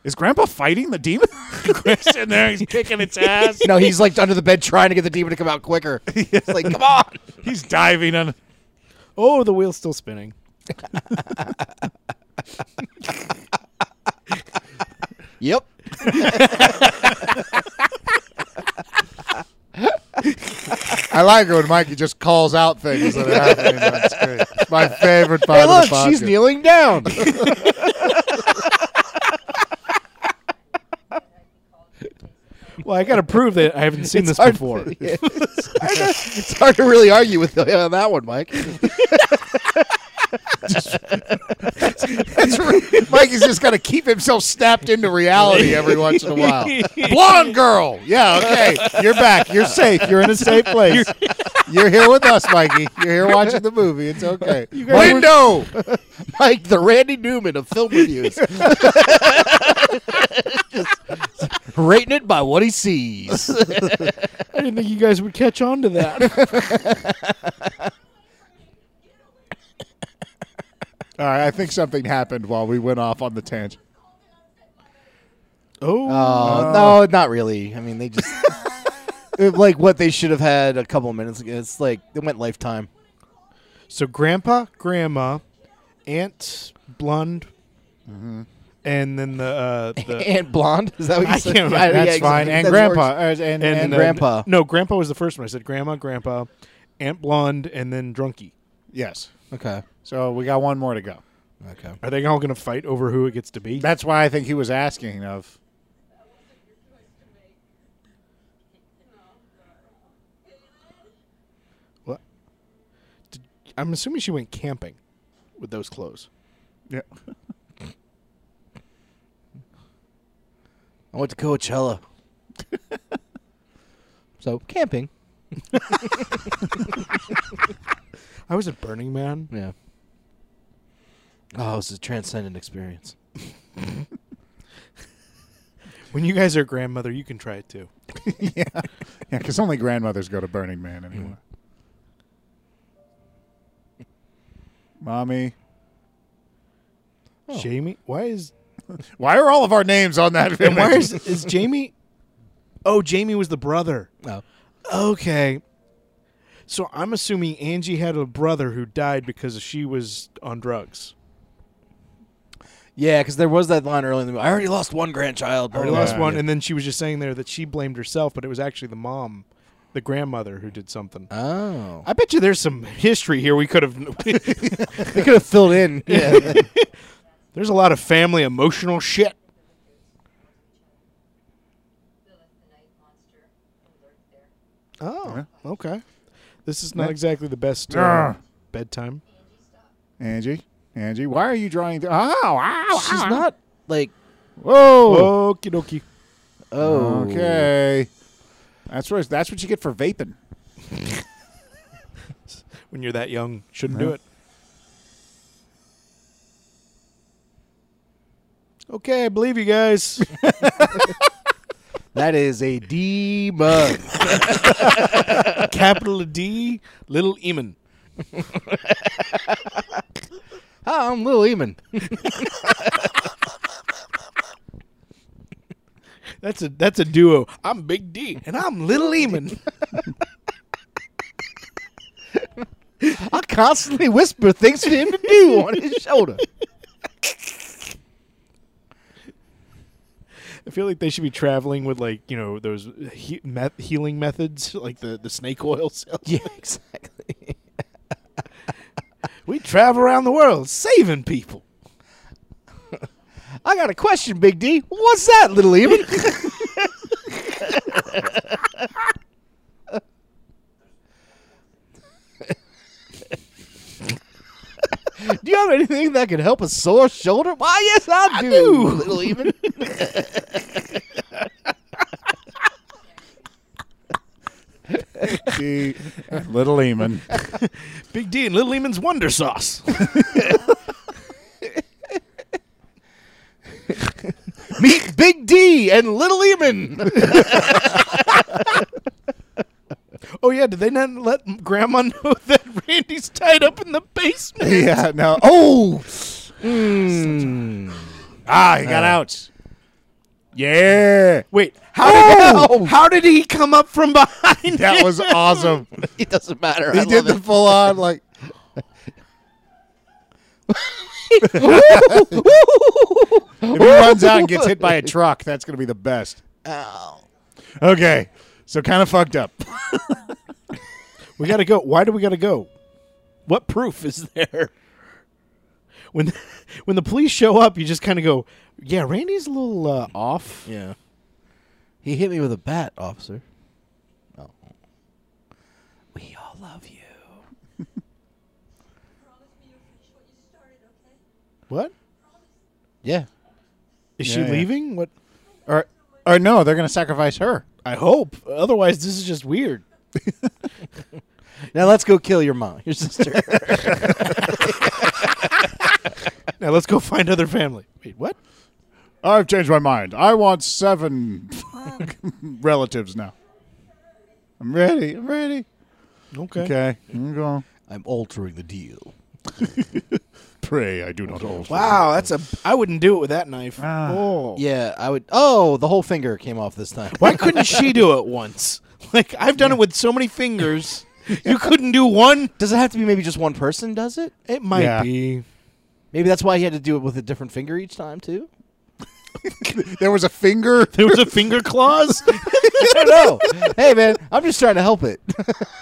Is Grandpa fighting the demon? *laughs* He's sitting there,
*laughs*
he's kicking its ass.
No, he's like under the bed trying to get the demon to come out quicker. It's like, come on.
He's diving on.
Oh, the wheel's still spinning.
Yep.
*laughs* I like it when Mikey just calls out things that are happening on screen. It's my favorite part
Hey,
of the podcast.
look, she's kneeling down.
Well, I got to prove that I haven't seen this
hard-
before.
it's, hard to,
*laughs*
it's hard to really argue with you on that one, Mike.
*laughs* It's re- Mikey's just got to keep himself snapped into reality every once in a while. Blonde girl. Yeah, okay. You're back. You're safe. You're in a safe place. You're here with us, Mikey. You're here watching the movie. It's okay. Window.
Mike, the Randy Newman of
*laughs*
film reviews.
Rating it by what he sees.
I didn't think you guys would catch on to that.
All right. I think something happened while we went off on the tangent.
oh.
Uh, no, not really. I mean, they just it- like what they should have had a couple minutes ago. It's like it went lifetime.
So, grandpa, grandma, aunt, blonde, and then the. Uh, *laughs* the
And blonde is that what you
I
said?
can't remember.
Yeah,
That's
yeah,
Fine. And
that's
Grandpa.
worse.
uh, And, and,
and, uh,
grandpa.
No, grandpa was the first one. I said grandma, grandpa, aunt, blonde, and then drunkie.
Yes.
Okay.
So we got one more to go.
Okay.
Are they all going to fight over who it gets to be?
That's why I think he was asking of.
I'm assuming she went camping with those clothes.
Yeah.
I went to Coachella. so camping.
I was at Burning Man.
Yeah. Oh, it was a transcendent experience.
When you guys are grandmother, you can try it too.
*laughs* yeah. Yeah, because only grandmothers go to Burning Man anyway. Mommy.
Jamie, why is
Why are all of our names on that
and why
image?
is *laughs* is Jamie? Oh, Jamie was the brother.
Oh.
Okay. So I'm assuming Angie had a brother who died because she was on drugs.
Yeah, because there was that line earlier in the movie. I already lost one grandchild.
I already
blah, blah,
lost
blah."
one, and then she was just saying there that she blamed herself, but it was actually the mom, the grandmother, who did something.
Oh.
I bet you there's some *laughs* history here we could have.
they could have filled in. Yeah.
*laughs* there's a lot of family emotional shit.
Lilith, the night monster, who lurked there.
Oh, okay. This is not exactly the best uh,
Grr.
bedtime.
Angie. Angie, why are you drawing? Th- oh, wow.
She's not like
Whoa.
Okie dokie.
oh.
Okay. That's what, that's what you get for vaping.
When you're that young, shouldn't do it. Okay, I believe you guys.
that is a demon.
*laughs* Capital D, little Eamon. *laughs*
Hi, I'm Lil Eamon.
That's a that's a duo. I'm Big D and I'm Little Eamon.
*laughs* I constantly whisper things for him to do
*laughs*
on his shoulder.
I feel like they should be traveling with like you know those he- meth- healing methods, like the the snake oil salesman.
*laughs* yeah, exactly.
*laughs* We travel around the world saving people.
I got a question, Big D. What's that, little
*laughs*
Eamon?
Do you have anything that could help a sore shoulder? Why, yes, I do. Little
*laughs*
Eamon.
The- *laughs* Little Eamon.
Big D and Little Lehman's Wonder Sauce. *laughs*
Meet Big D and Little Eamon.
*laughs* oh yeah, did they not let Grandma know *laughs* that Randy's tied up in the basement?
yeah, no. Oh, ah, he got out. Yeah,
Wait, how did, how did he come up from behind?
that
him?
was awesome.
*laughs* It doesn't matter.
He did the full on like. if he runs out and gets hit
*laughs*
by a truck, that's going to be the best. Ow. Okay, so kind of fucked up.
We gotta go. Why do we gotta go? What proof is there? When *laughs* when the police show up, you just kind of go, "Yeah, Randy's a little uh, off."
Yeah. He hit me with a bat, officer. Oh.
We all love you.
Promise me you'll finish what you started, okay?
What
Yeah.
is she
Yeah, yeah.
leaving? What?
Or, or no, they're going to sacrifice her.
I hope. Otherwise, this is just weird. *laughs*
Now let's go kill your mom, your sister.
*laughs* Now let's go find other family. Wait, what?
I've changed my mind. I want seven *laughs* relatives now. I'm ready. I'm ready.
Okay.
Okay, I'm going.
I'm altering the deal.
Pray I do not alter.
Wow, that's a. I wouldn't do it with that knife.
Ah.
Oh.
Yeah, I would. Oh, the whole finger came off this time.
Why couldn't she do it
*laughs*
once? Like I've done it with so many fingers. You couldn't do one.
Does it have to be maybe just one person does it?
It might
Yeah.
be.
Maybe that's why he had to do it with a different finger each time too.
There was a finger.
There was a finger clause.
I *laughs* don't know. hey man, I'm just trying to help it.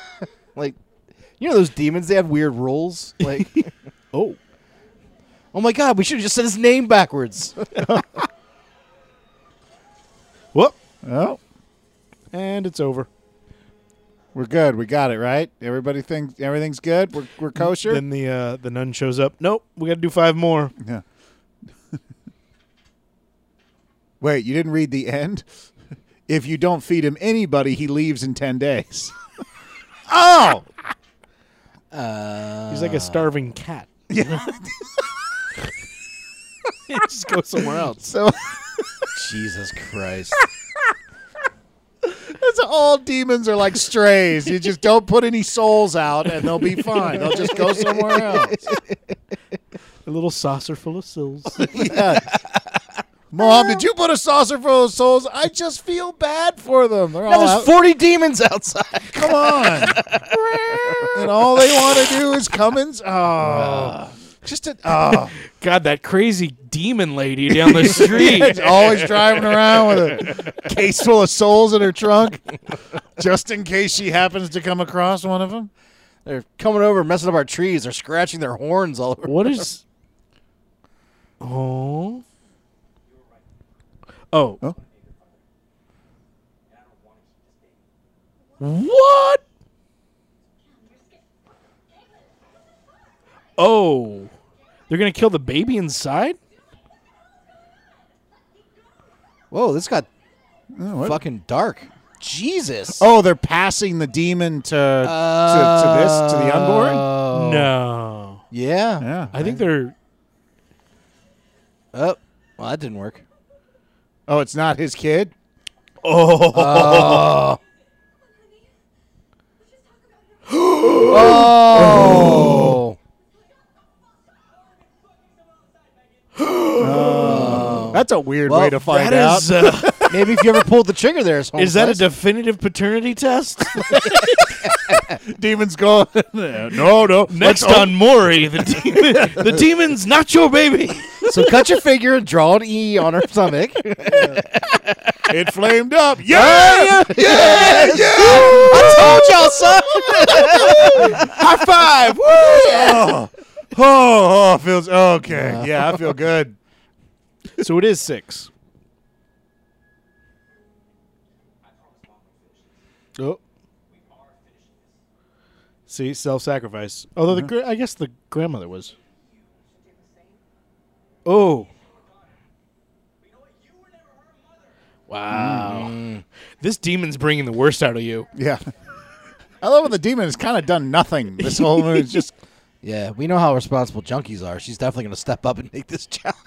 *laughs* like, you know those demons? They have weird rules. *laughs* Like,
oh.
oh my god, we should have just said his name *laughs* backwards.
*laughs* Whoop.
Oh,
And it's over.
we're good. We got it right. Everybody thinks everything's good. We're we're kosher.
Then the uh, the nun shows up. Nope, we got to do five more.
yeah. *laughs* Wait, you didn't read the end. *laughs* If you don't feed him anybody, he leaves in ten days. *laughs* oh,
He's like a starving cat. Yeah. *laughs* just go somewhere else.
so
Jesus Christ.
That's all demons are like strays. You just don't put any souls out and they'll be fine. They'll just go somewhere else.
A little saucer full of sills.
Yeah. Mom, did you put a saucer full of souls? I just feel bad for them. They're all out.
There's 40 demons outside.
come on. and all they want to do is come and oh. Just a oh,
God, that crazy demon lady down *laughs* the street.
She's always driving around with a case full of souls in her trunk, just in case she happens to come across one of them.
*laughs* They're coming over, messing up our trees. They're scratching their horns all over.
What is? Oh. Oh.
Huh?
What? Oh, they're gonna kill the baby inside.
Whoa, this got
Oh, what?
fucking dark. Jesus.
Oh, they're passing the demon to to, to this to the unborn.
No,
Yeah.
Yeah.
Uh, Oh. I think they're.
Oh, well, that didn't work.
Oh, it's not his kid.
*laughs* Oh.
That's a weird way to find
That
out.
is. Uh,
Maybe if you ever pulled the trigger there. it's
*laughs* is that a
homeless.
definitive paternity test?
Demons go.
*laughs*
no, no.
Next on Maury, the demon, the demon's not your baby.
*laughs* So cut your finger and draw an E on her stomach.
*laughs* It flamed up. Yeah,
I told y'all, son.
high five. Woo! Oh, oh, oh, feels okay. Yeah, I feel good.
So it is six. Oh. See, self-sacrifice. Although the gra- I guess the grandmother was. Oh.
Mm-hmm.
Wow. This demon's bringing the worst out of you.
Yeah. *laughs* I love how the demon has kind of done nothing this whole movie. It's just *laughs*
Yeah, we know how responsible junkies are. She's definitely going to step up and make this *laughs* challenge.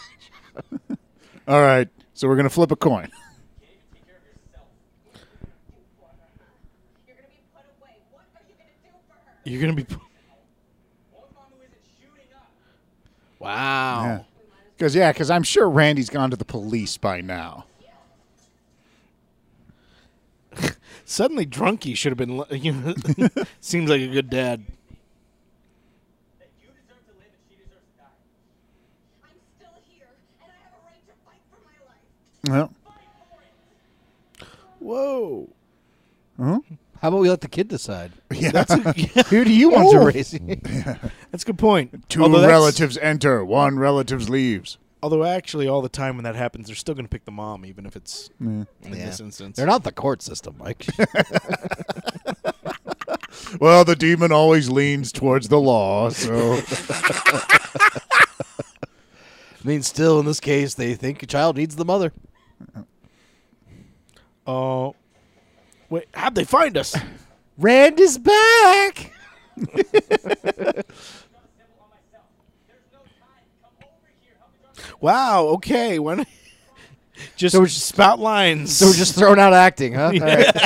all right. So we're gonna flip a coin.
You're gonna be put away. What are you gonna do for her?
You're gonna be. p-
One mom who isn't shooting up.
Wow.
Because yeah, because I'm sure Randy's gone to the police by now.
Suddenly, drunky should have been. le- *laughs* You know, seems like a good dad.
That you deserve to live and she deserves to die. I'm still here, and I have a right to fight for my life.
Well,
Fight for it.
Whoa.
How about we let the kid decide? *laughs*
*laughs*
*laughs*
Who do you want
Ooh.
to raise? *laughs*
That's a good point.
two
Although that's-
relatives enter, one relatives leaves.
Although, actually, all the time when that happens, they're still going to pick the mom, even if it's in this instance.
They're not the court system, Mike. *laughs*
Well, the demon always leans towards the law,
*laughs*
so
I mean, still in this case, they think a child needs the mother.
Oh. Wait, how'd they find us?
Rand is back.
wow, okay.
*laughs*
When just, spout lines.
So we're just thrown out acting, huh? All right.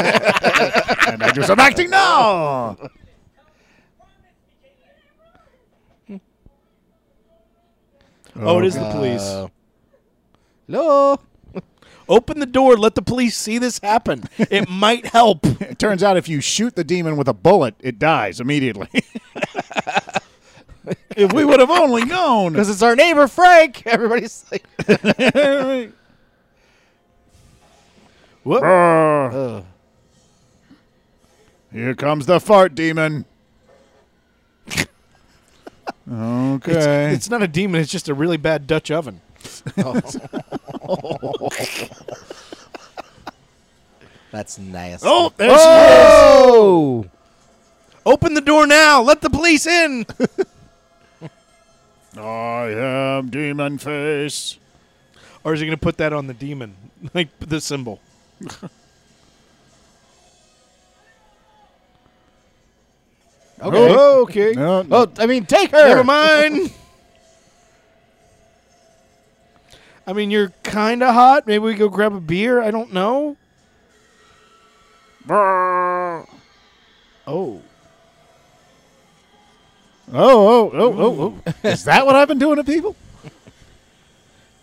and I do some acting now.
Oh, it is the police.
Uh, Hello.
Open the door, let the police see this happen. It *laughs* might help.
It turns out if you shoot the demon with a bullet, it dies immediately. *laughs* if we would have only known. *laughs*
Because it's our neighbor Frank. *laughs* Everybody's like,
Brr. Here comes the fart *laughs* demon. Okay.
It's not a demon, it's just a really bad Dutch oven.
that's nice.
oh, there's
Oh!
Open the door now, let the police in. *laughs*
I am demon face.
or is he going to put that on the demon? *laughs* Like the symbol.
Okay.
okay.
No, no.
Oh, I mean, take her. *laughs*
Never mind. I mean, you're kind of hot. Maybe we go grab a beer. I don't know. Oh.
Oh, oh, oh, oh, oh. Is that what I've been doing to people?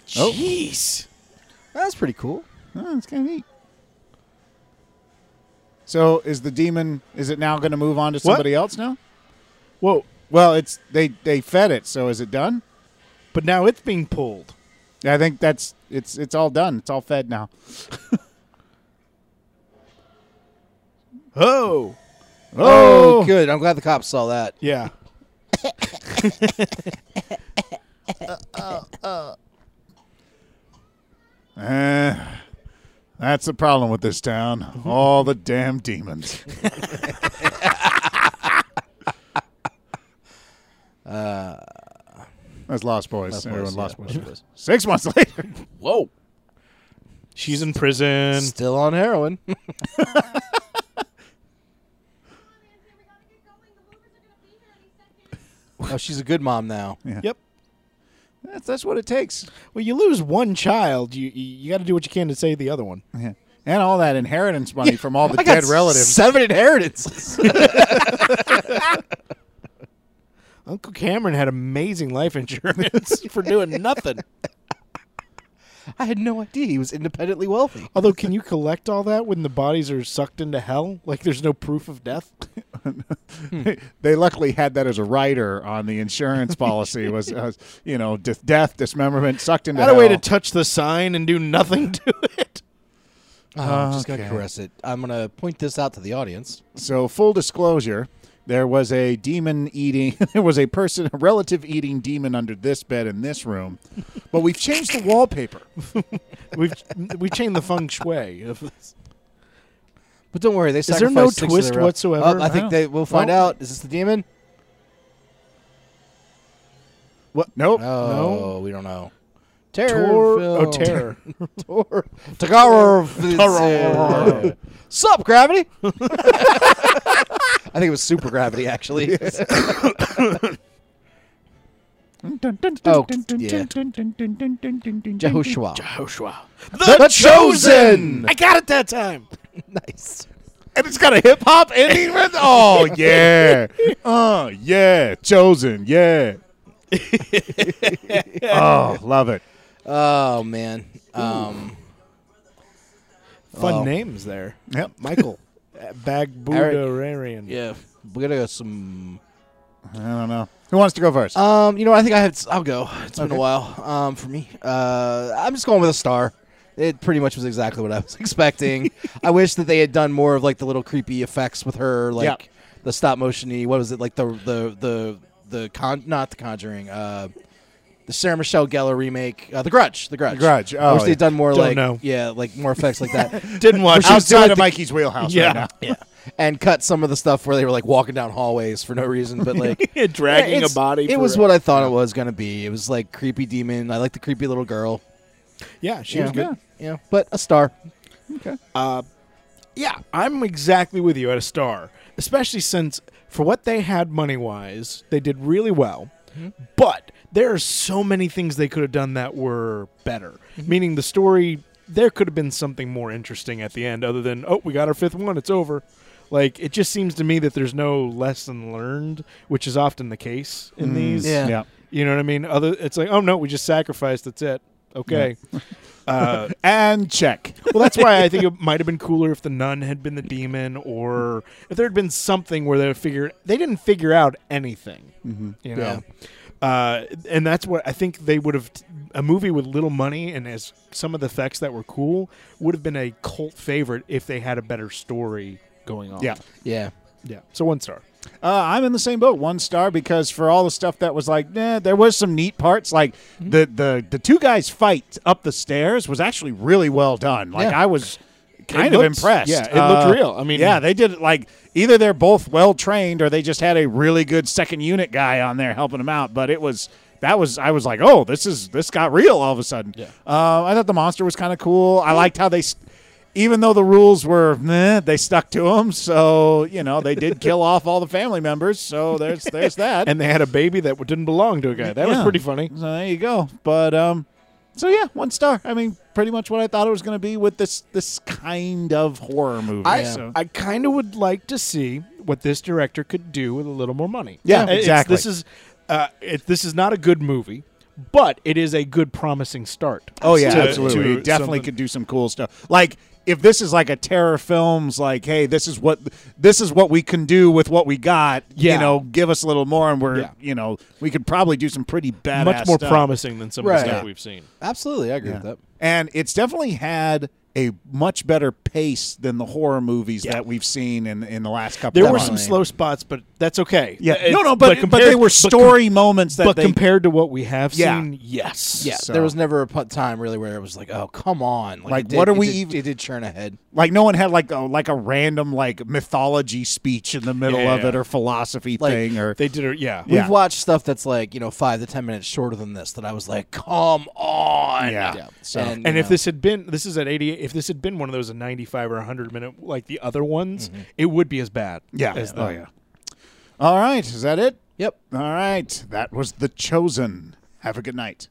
Jeez.
That's pretty cool.
Oh, it's kind of neat. So, is the demon? Is it now going to move on to somebody else now?
Whoa.
Well, it's they they fed it, so is it done?
But now it's being pulled.
I think that's it's it's all done. It's all fed now.
Oh.
Oh, good. I'm glad the cops saw that.
Yeah.
Eh, that's the problem with this town. All the damn
*laughs*
demons. Uh, that's Lost Boys. Everyone,
Boys,
Lost
yeah,
Boys.
Lost Boys.
Six months *laughs* later.
Whoa.
She's in prison.
*laughs* Still on heroin. *laughs*
Come on, Anthony, we gotta get going. The movers are gonna be here any second.
oh, she's a good mom now.
Yep.
That's that's what it takes.
Well, you lose one child. You you got to do what you can to save the other one.
Yeah. And all that inheritance money from all the
*laughs* I got
dead relatives.
Seven inheritances.
Uncle Cameron had amazing life insurance *laughs* for doing nothing.
I had no idea he was independently wealthy.
Although, can you collect all that when the bodies are sucked into hell? Like, there's no proof of death.
*laughs* they luckily had that as a rider on the insurance policy
*laughs*
was, uh, you know, dis- death, dismemberment, sucked into
Not a way to
hell.
touch the sign and do nothing *laughs* to it.
Oh, I'm just gonna
Okay.
caress it. I'm gonna point this out to the audience.
So full disclosure, there was a demon eating. *laughs* There was a person, a relative eating demon under this bed in this room, but we've changed the wallpaper.
We've we changed the feng shui. *laughs* Of this.
But don't worry, they
there no
sacrificed six of
twist
their own.
whatsoever?
Oh, I think
No.
they will find
Well-
out. Is this the demon?
What? Nope.
Oh, we don't know.
Terror
Tor
film.
oh terror.
Tagarov. Sup, gravity? *laughs* I think it was super gravity, actually. Oh, yeah. Jehoshua.
Joshua.
The, Chosen.
I got it that time. *laughs*
Nice.
and it's got a hip hop ending. with- oh yeah,
*laughs*
uh, yeah, chosen, yeah. oh, love it.
Oh man. Um,
Fun names there.
Yep.
*laughs*
Michael. Bagbudararian.
yeah, we gotta go some.
I don't know who wants to go first.
Uh,
Um, you know, I think I have. I'll go. It's been a while. Um, for me, uh, I'm just going with a star. It pretty much was exactly what I was *laughs* expecting. I wish that they had done more of like the little creepy effects with her, like the stop motiony. What was it like the the the the con? Not the Conjuring. Uh, the Sarah Michelle Gellar remake, uh, The Grudge. The Grudge.
Grudge,
I wish
oh, yeah.
they'd done more
Don't
like
know.
yeah, like more effects like that.
*laughs*
Didn't watch.
Where she was doing
Outside
the-
of Mikey's wheelhouse
Yeah.
right now.
yeah, and cut some of the stuff where they were like walking down hallways for no reason, but like
dragging
it's-
a body.
It
for
was
a-
what I thought it was gonna be. It was like creepy demon. I like the creepy little girl.
Yeah, she
Yeah.
was good.
Yeah, but a star.
Yeah, I'm exactly with you at a star, especially since for what they had money wise, they did really well. But there are so many things they could have done that were better. Meaning the story, there could have been something more interesting at the end other than, oh, we got our fifth one, it's over. Like, it just seems to me that there's no lesson learned, which is often the case in these.
Yeah.
Yeah.
You know what I mean? Other, It's like, oh, no, we just sacrificed, that's it. Okay. uh,
And
*laughs*
check.
well, that's why I think it might have been cooler if the nun had been the demon, or if there had been something where they figured they didn't figure out anything.
Mm-hmm.
You know, uh, and that's what I think they would have. A movie with little money and as some of the effects that were cool would have been a cult favorite if they had a better story going on.
Yeah.
Yeah.
yeah. So one star.
Uh, I'm in the same boat, one star, because for all the stuff that was like, nah, there was some neat parts. Like
Mm-hmm.
the the the two guys fight up the stairs was actually really well done. Like
Yeah.
I was kind
It
of
looked-
impressed. Uh,
yeah, it looked real. I mean-
yeah, they did it like either they're both well trained or they just had a really good second unit guy on there helping them out. But it was. That was I was like, oh, this is this got real all of a sudden. Yeah. Uh, I thought the monster was kind of cool. I liked how they, s- even though the rules were, meh, they stuck to them. So you know they did kill off all the family members. So there's
*laughs*
there's that.
And they had a baby that didn't belong to a guy. That was
Yeah.
pretty funny.
So there you go. But um, so yeah, one star. I mean, pretty much what I thought it was going to be with this this kind of horror movie.
I,
so.
I kind of would like to see what this director could do with a little more money.
Yeah,
It's-
exactly.
This is uh, it, this is not a good movie, but it is a good promising start.
Oh yeah,
to-
absolutely.
to
You definitely
something.
could do some cool stuff. Like if this is like a terror films, like hey, this is what this is what we can do with what we got.
Yeah.
You know, give us a little more, and we're
Yeah.
you know we could probably do some pretty badass.
much more
stuff.
promising than some of the
Right.
stuff we've seen.
Absolutely, I agree with that.
And it's definitely had a much better pace than the horror movies that we've seen in in the last couple.
There
of
were
months.
some slow spots, but that's okay.
Yeah.
It's-
No, no, but but,
compared-
they were
but com-
story moments that
But,
they.
compared to what we have
Yeah.
seen, yes.
Yeah,
So-
there was never a pu- time really where it was like, oh, come on.
Like,
it did-
what are
it
we
did-
even-
It did churn ahead.
like no one had like a like a random like mythology speech in the middle of
Yeah.
it or philosophy
Like,
thing or
They did it. Yeah.
Yeah.
We've watched stuff that's like you know five to ten minutes shorter than this. That I was like, come on.
Yeah.
So, and,
And
you
if
know,
this had been this is at 88 if this had been one of those a 95 or 100 minute like the other ones, it would be as bad.
Mm-hmm. Yeah.
As
oh
the-
yeah. All right, is that it?
Yep.
All right, that was the chosen. Have a good night.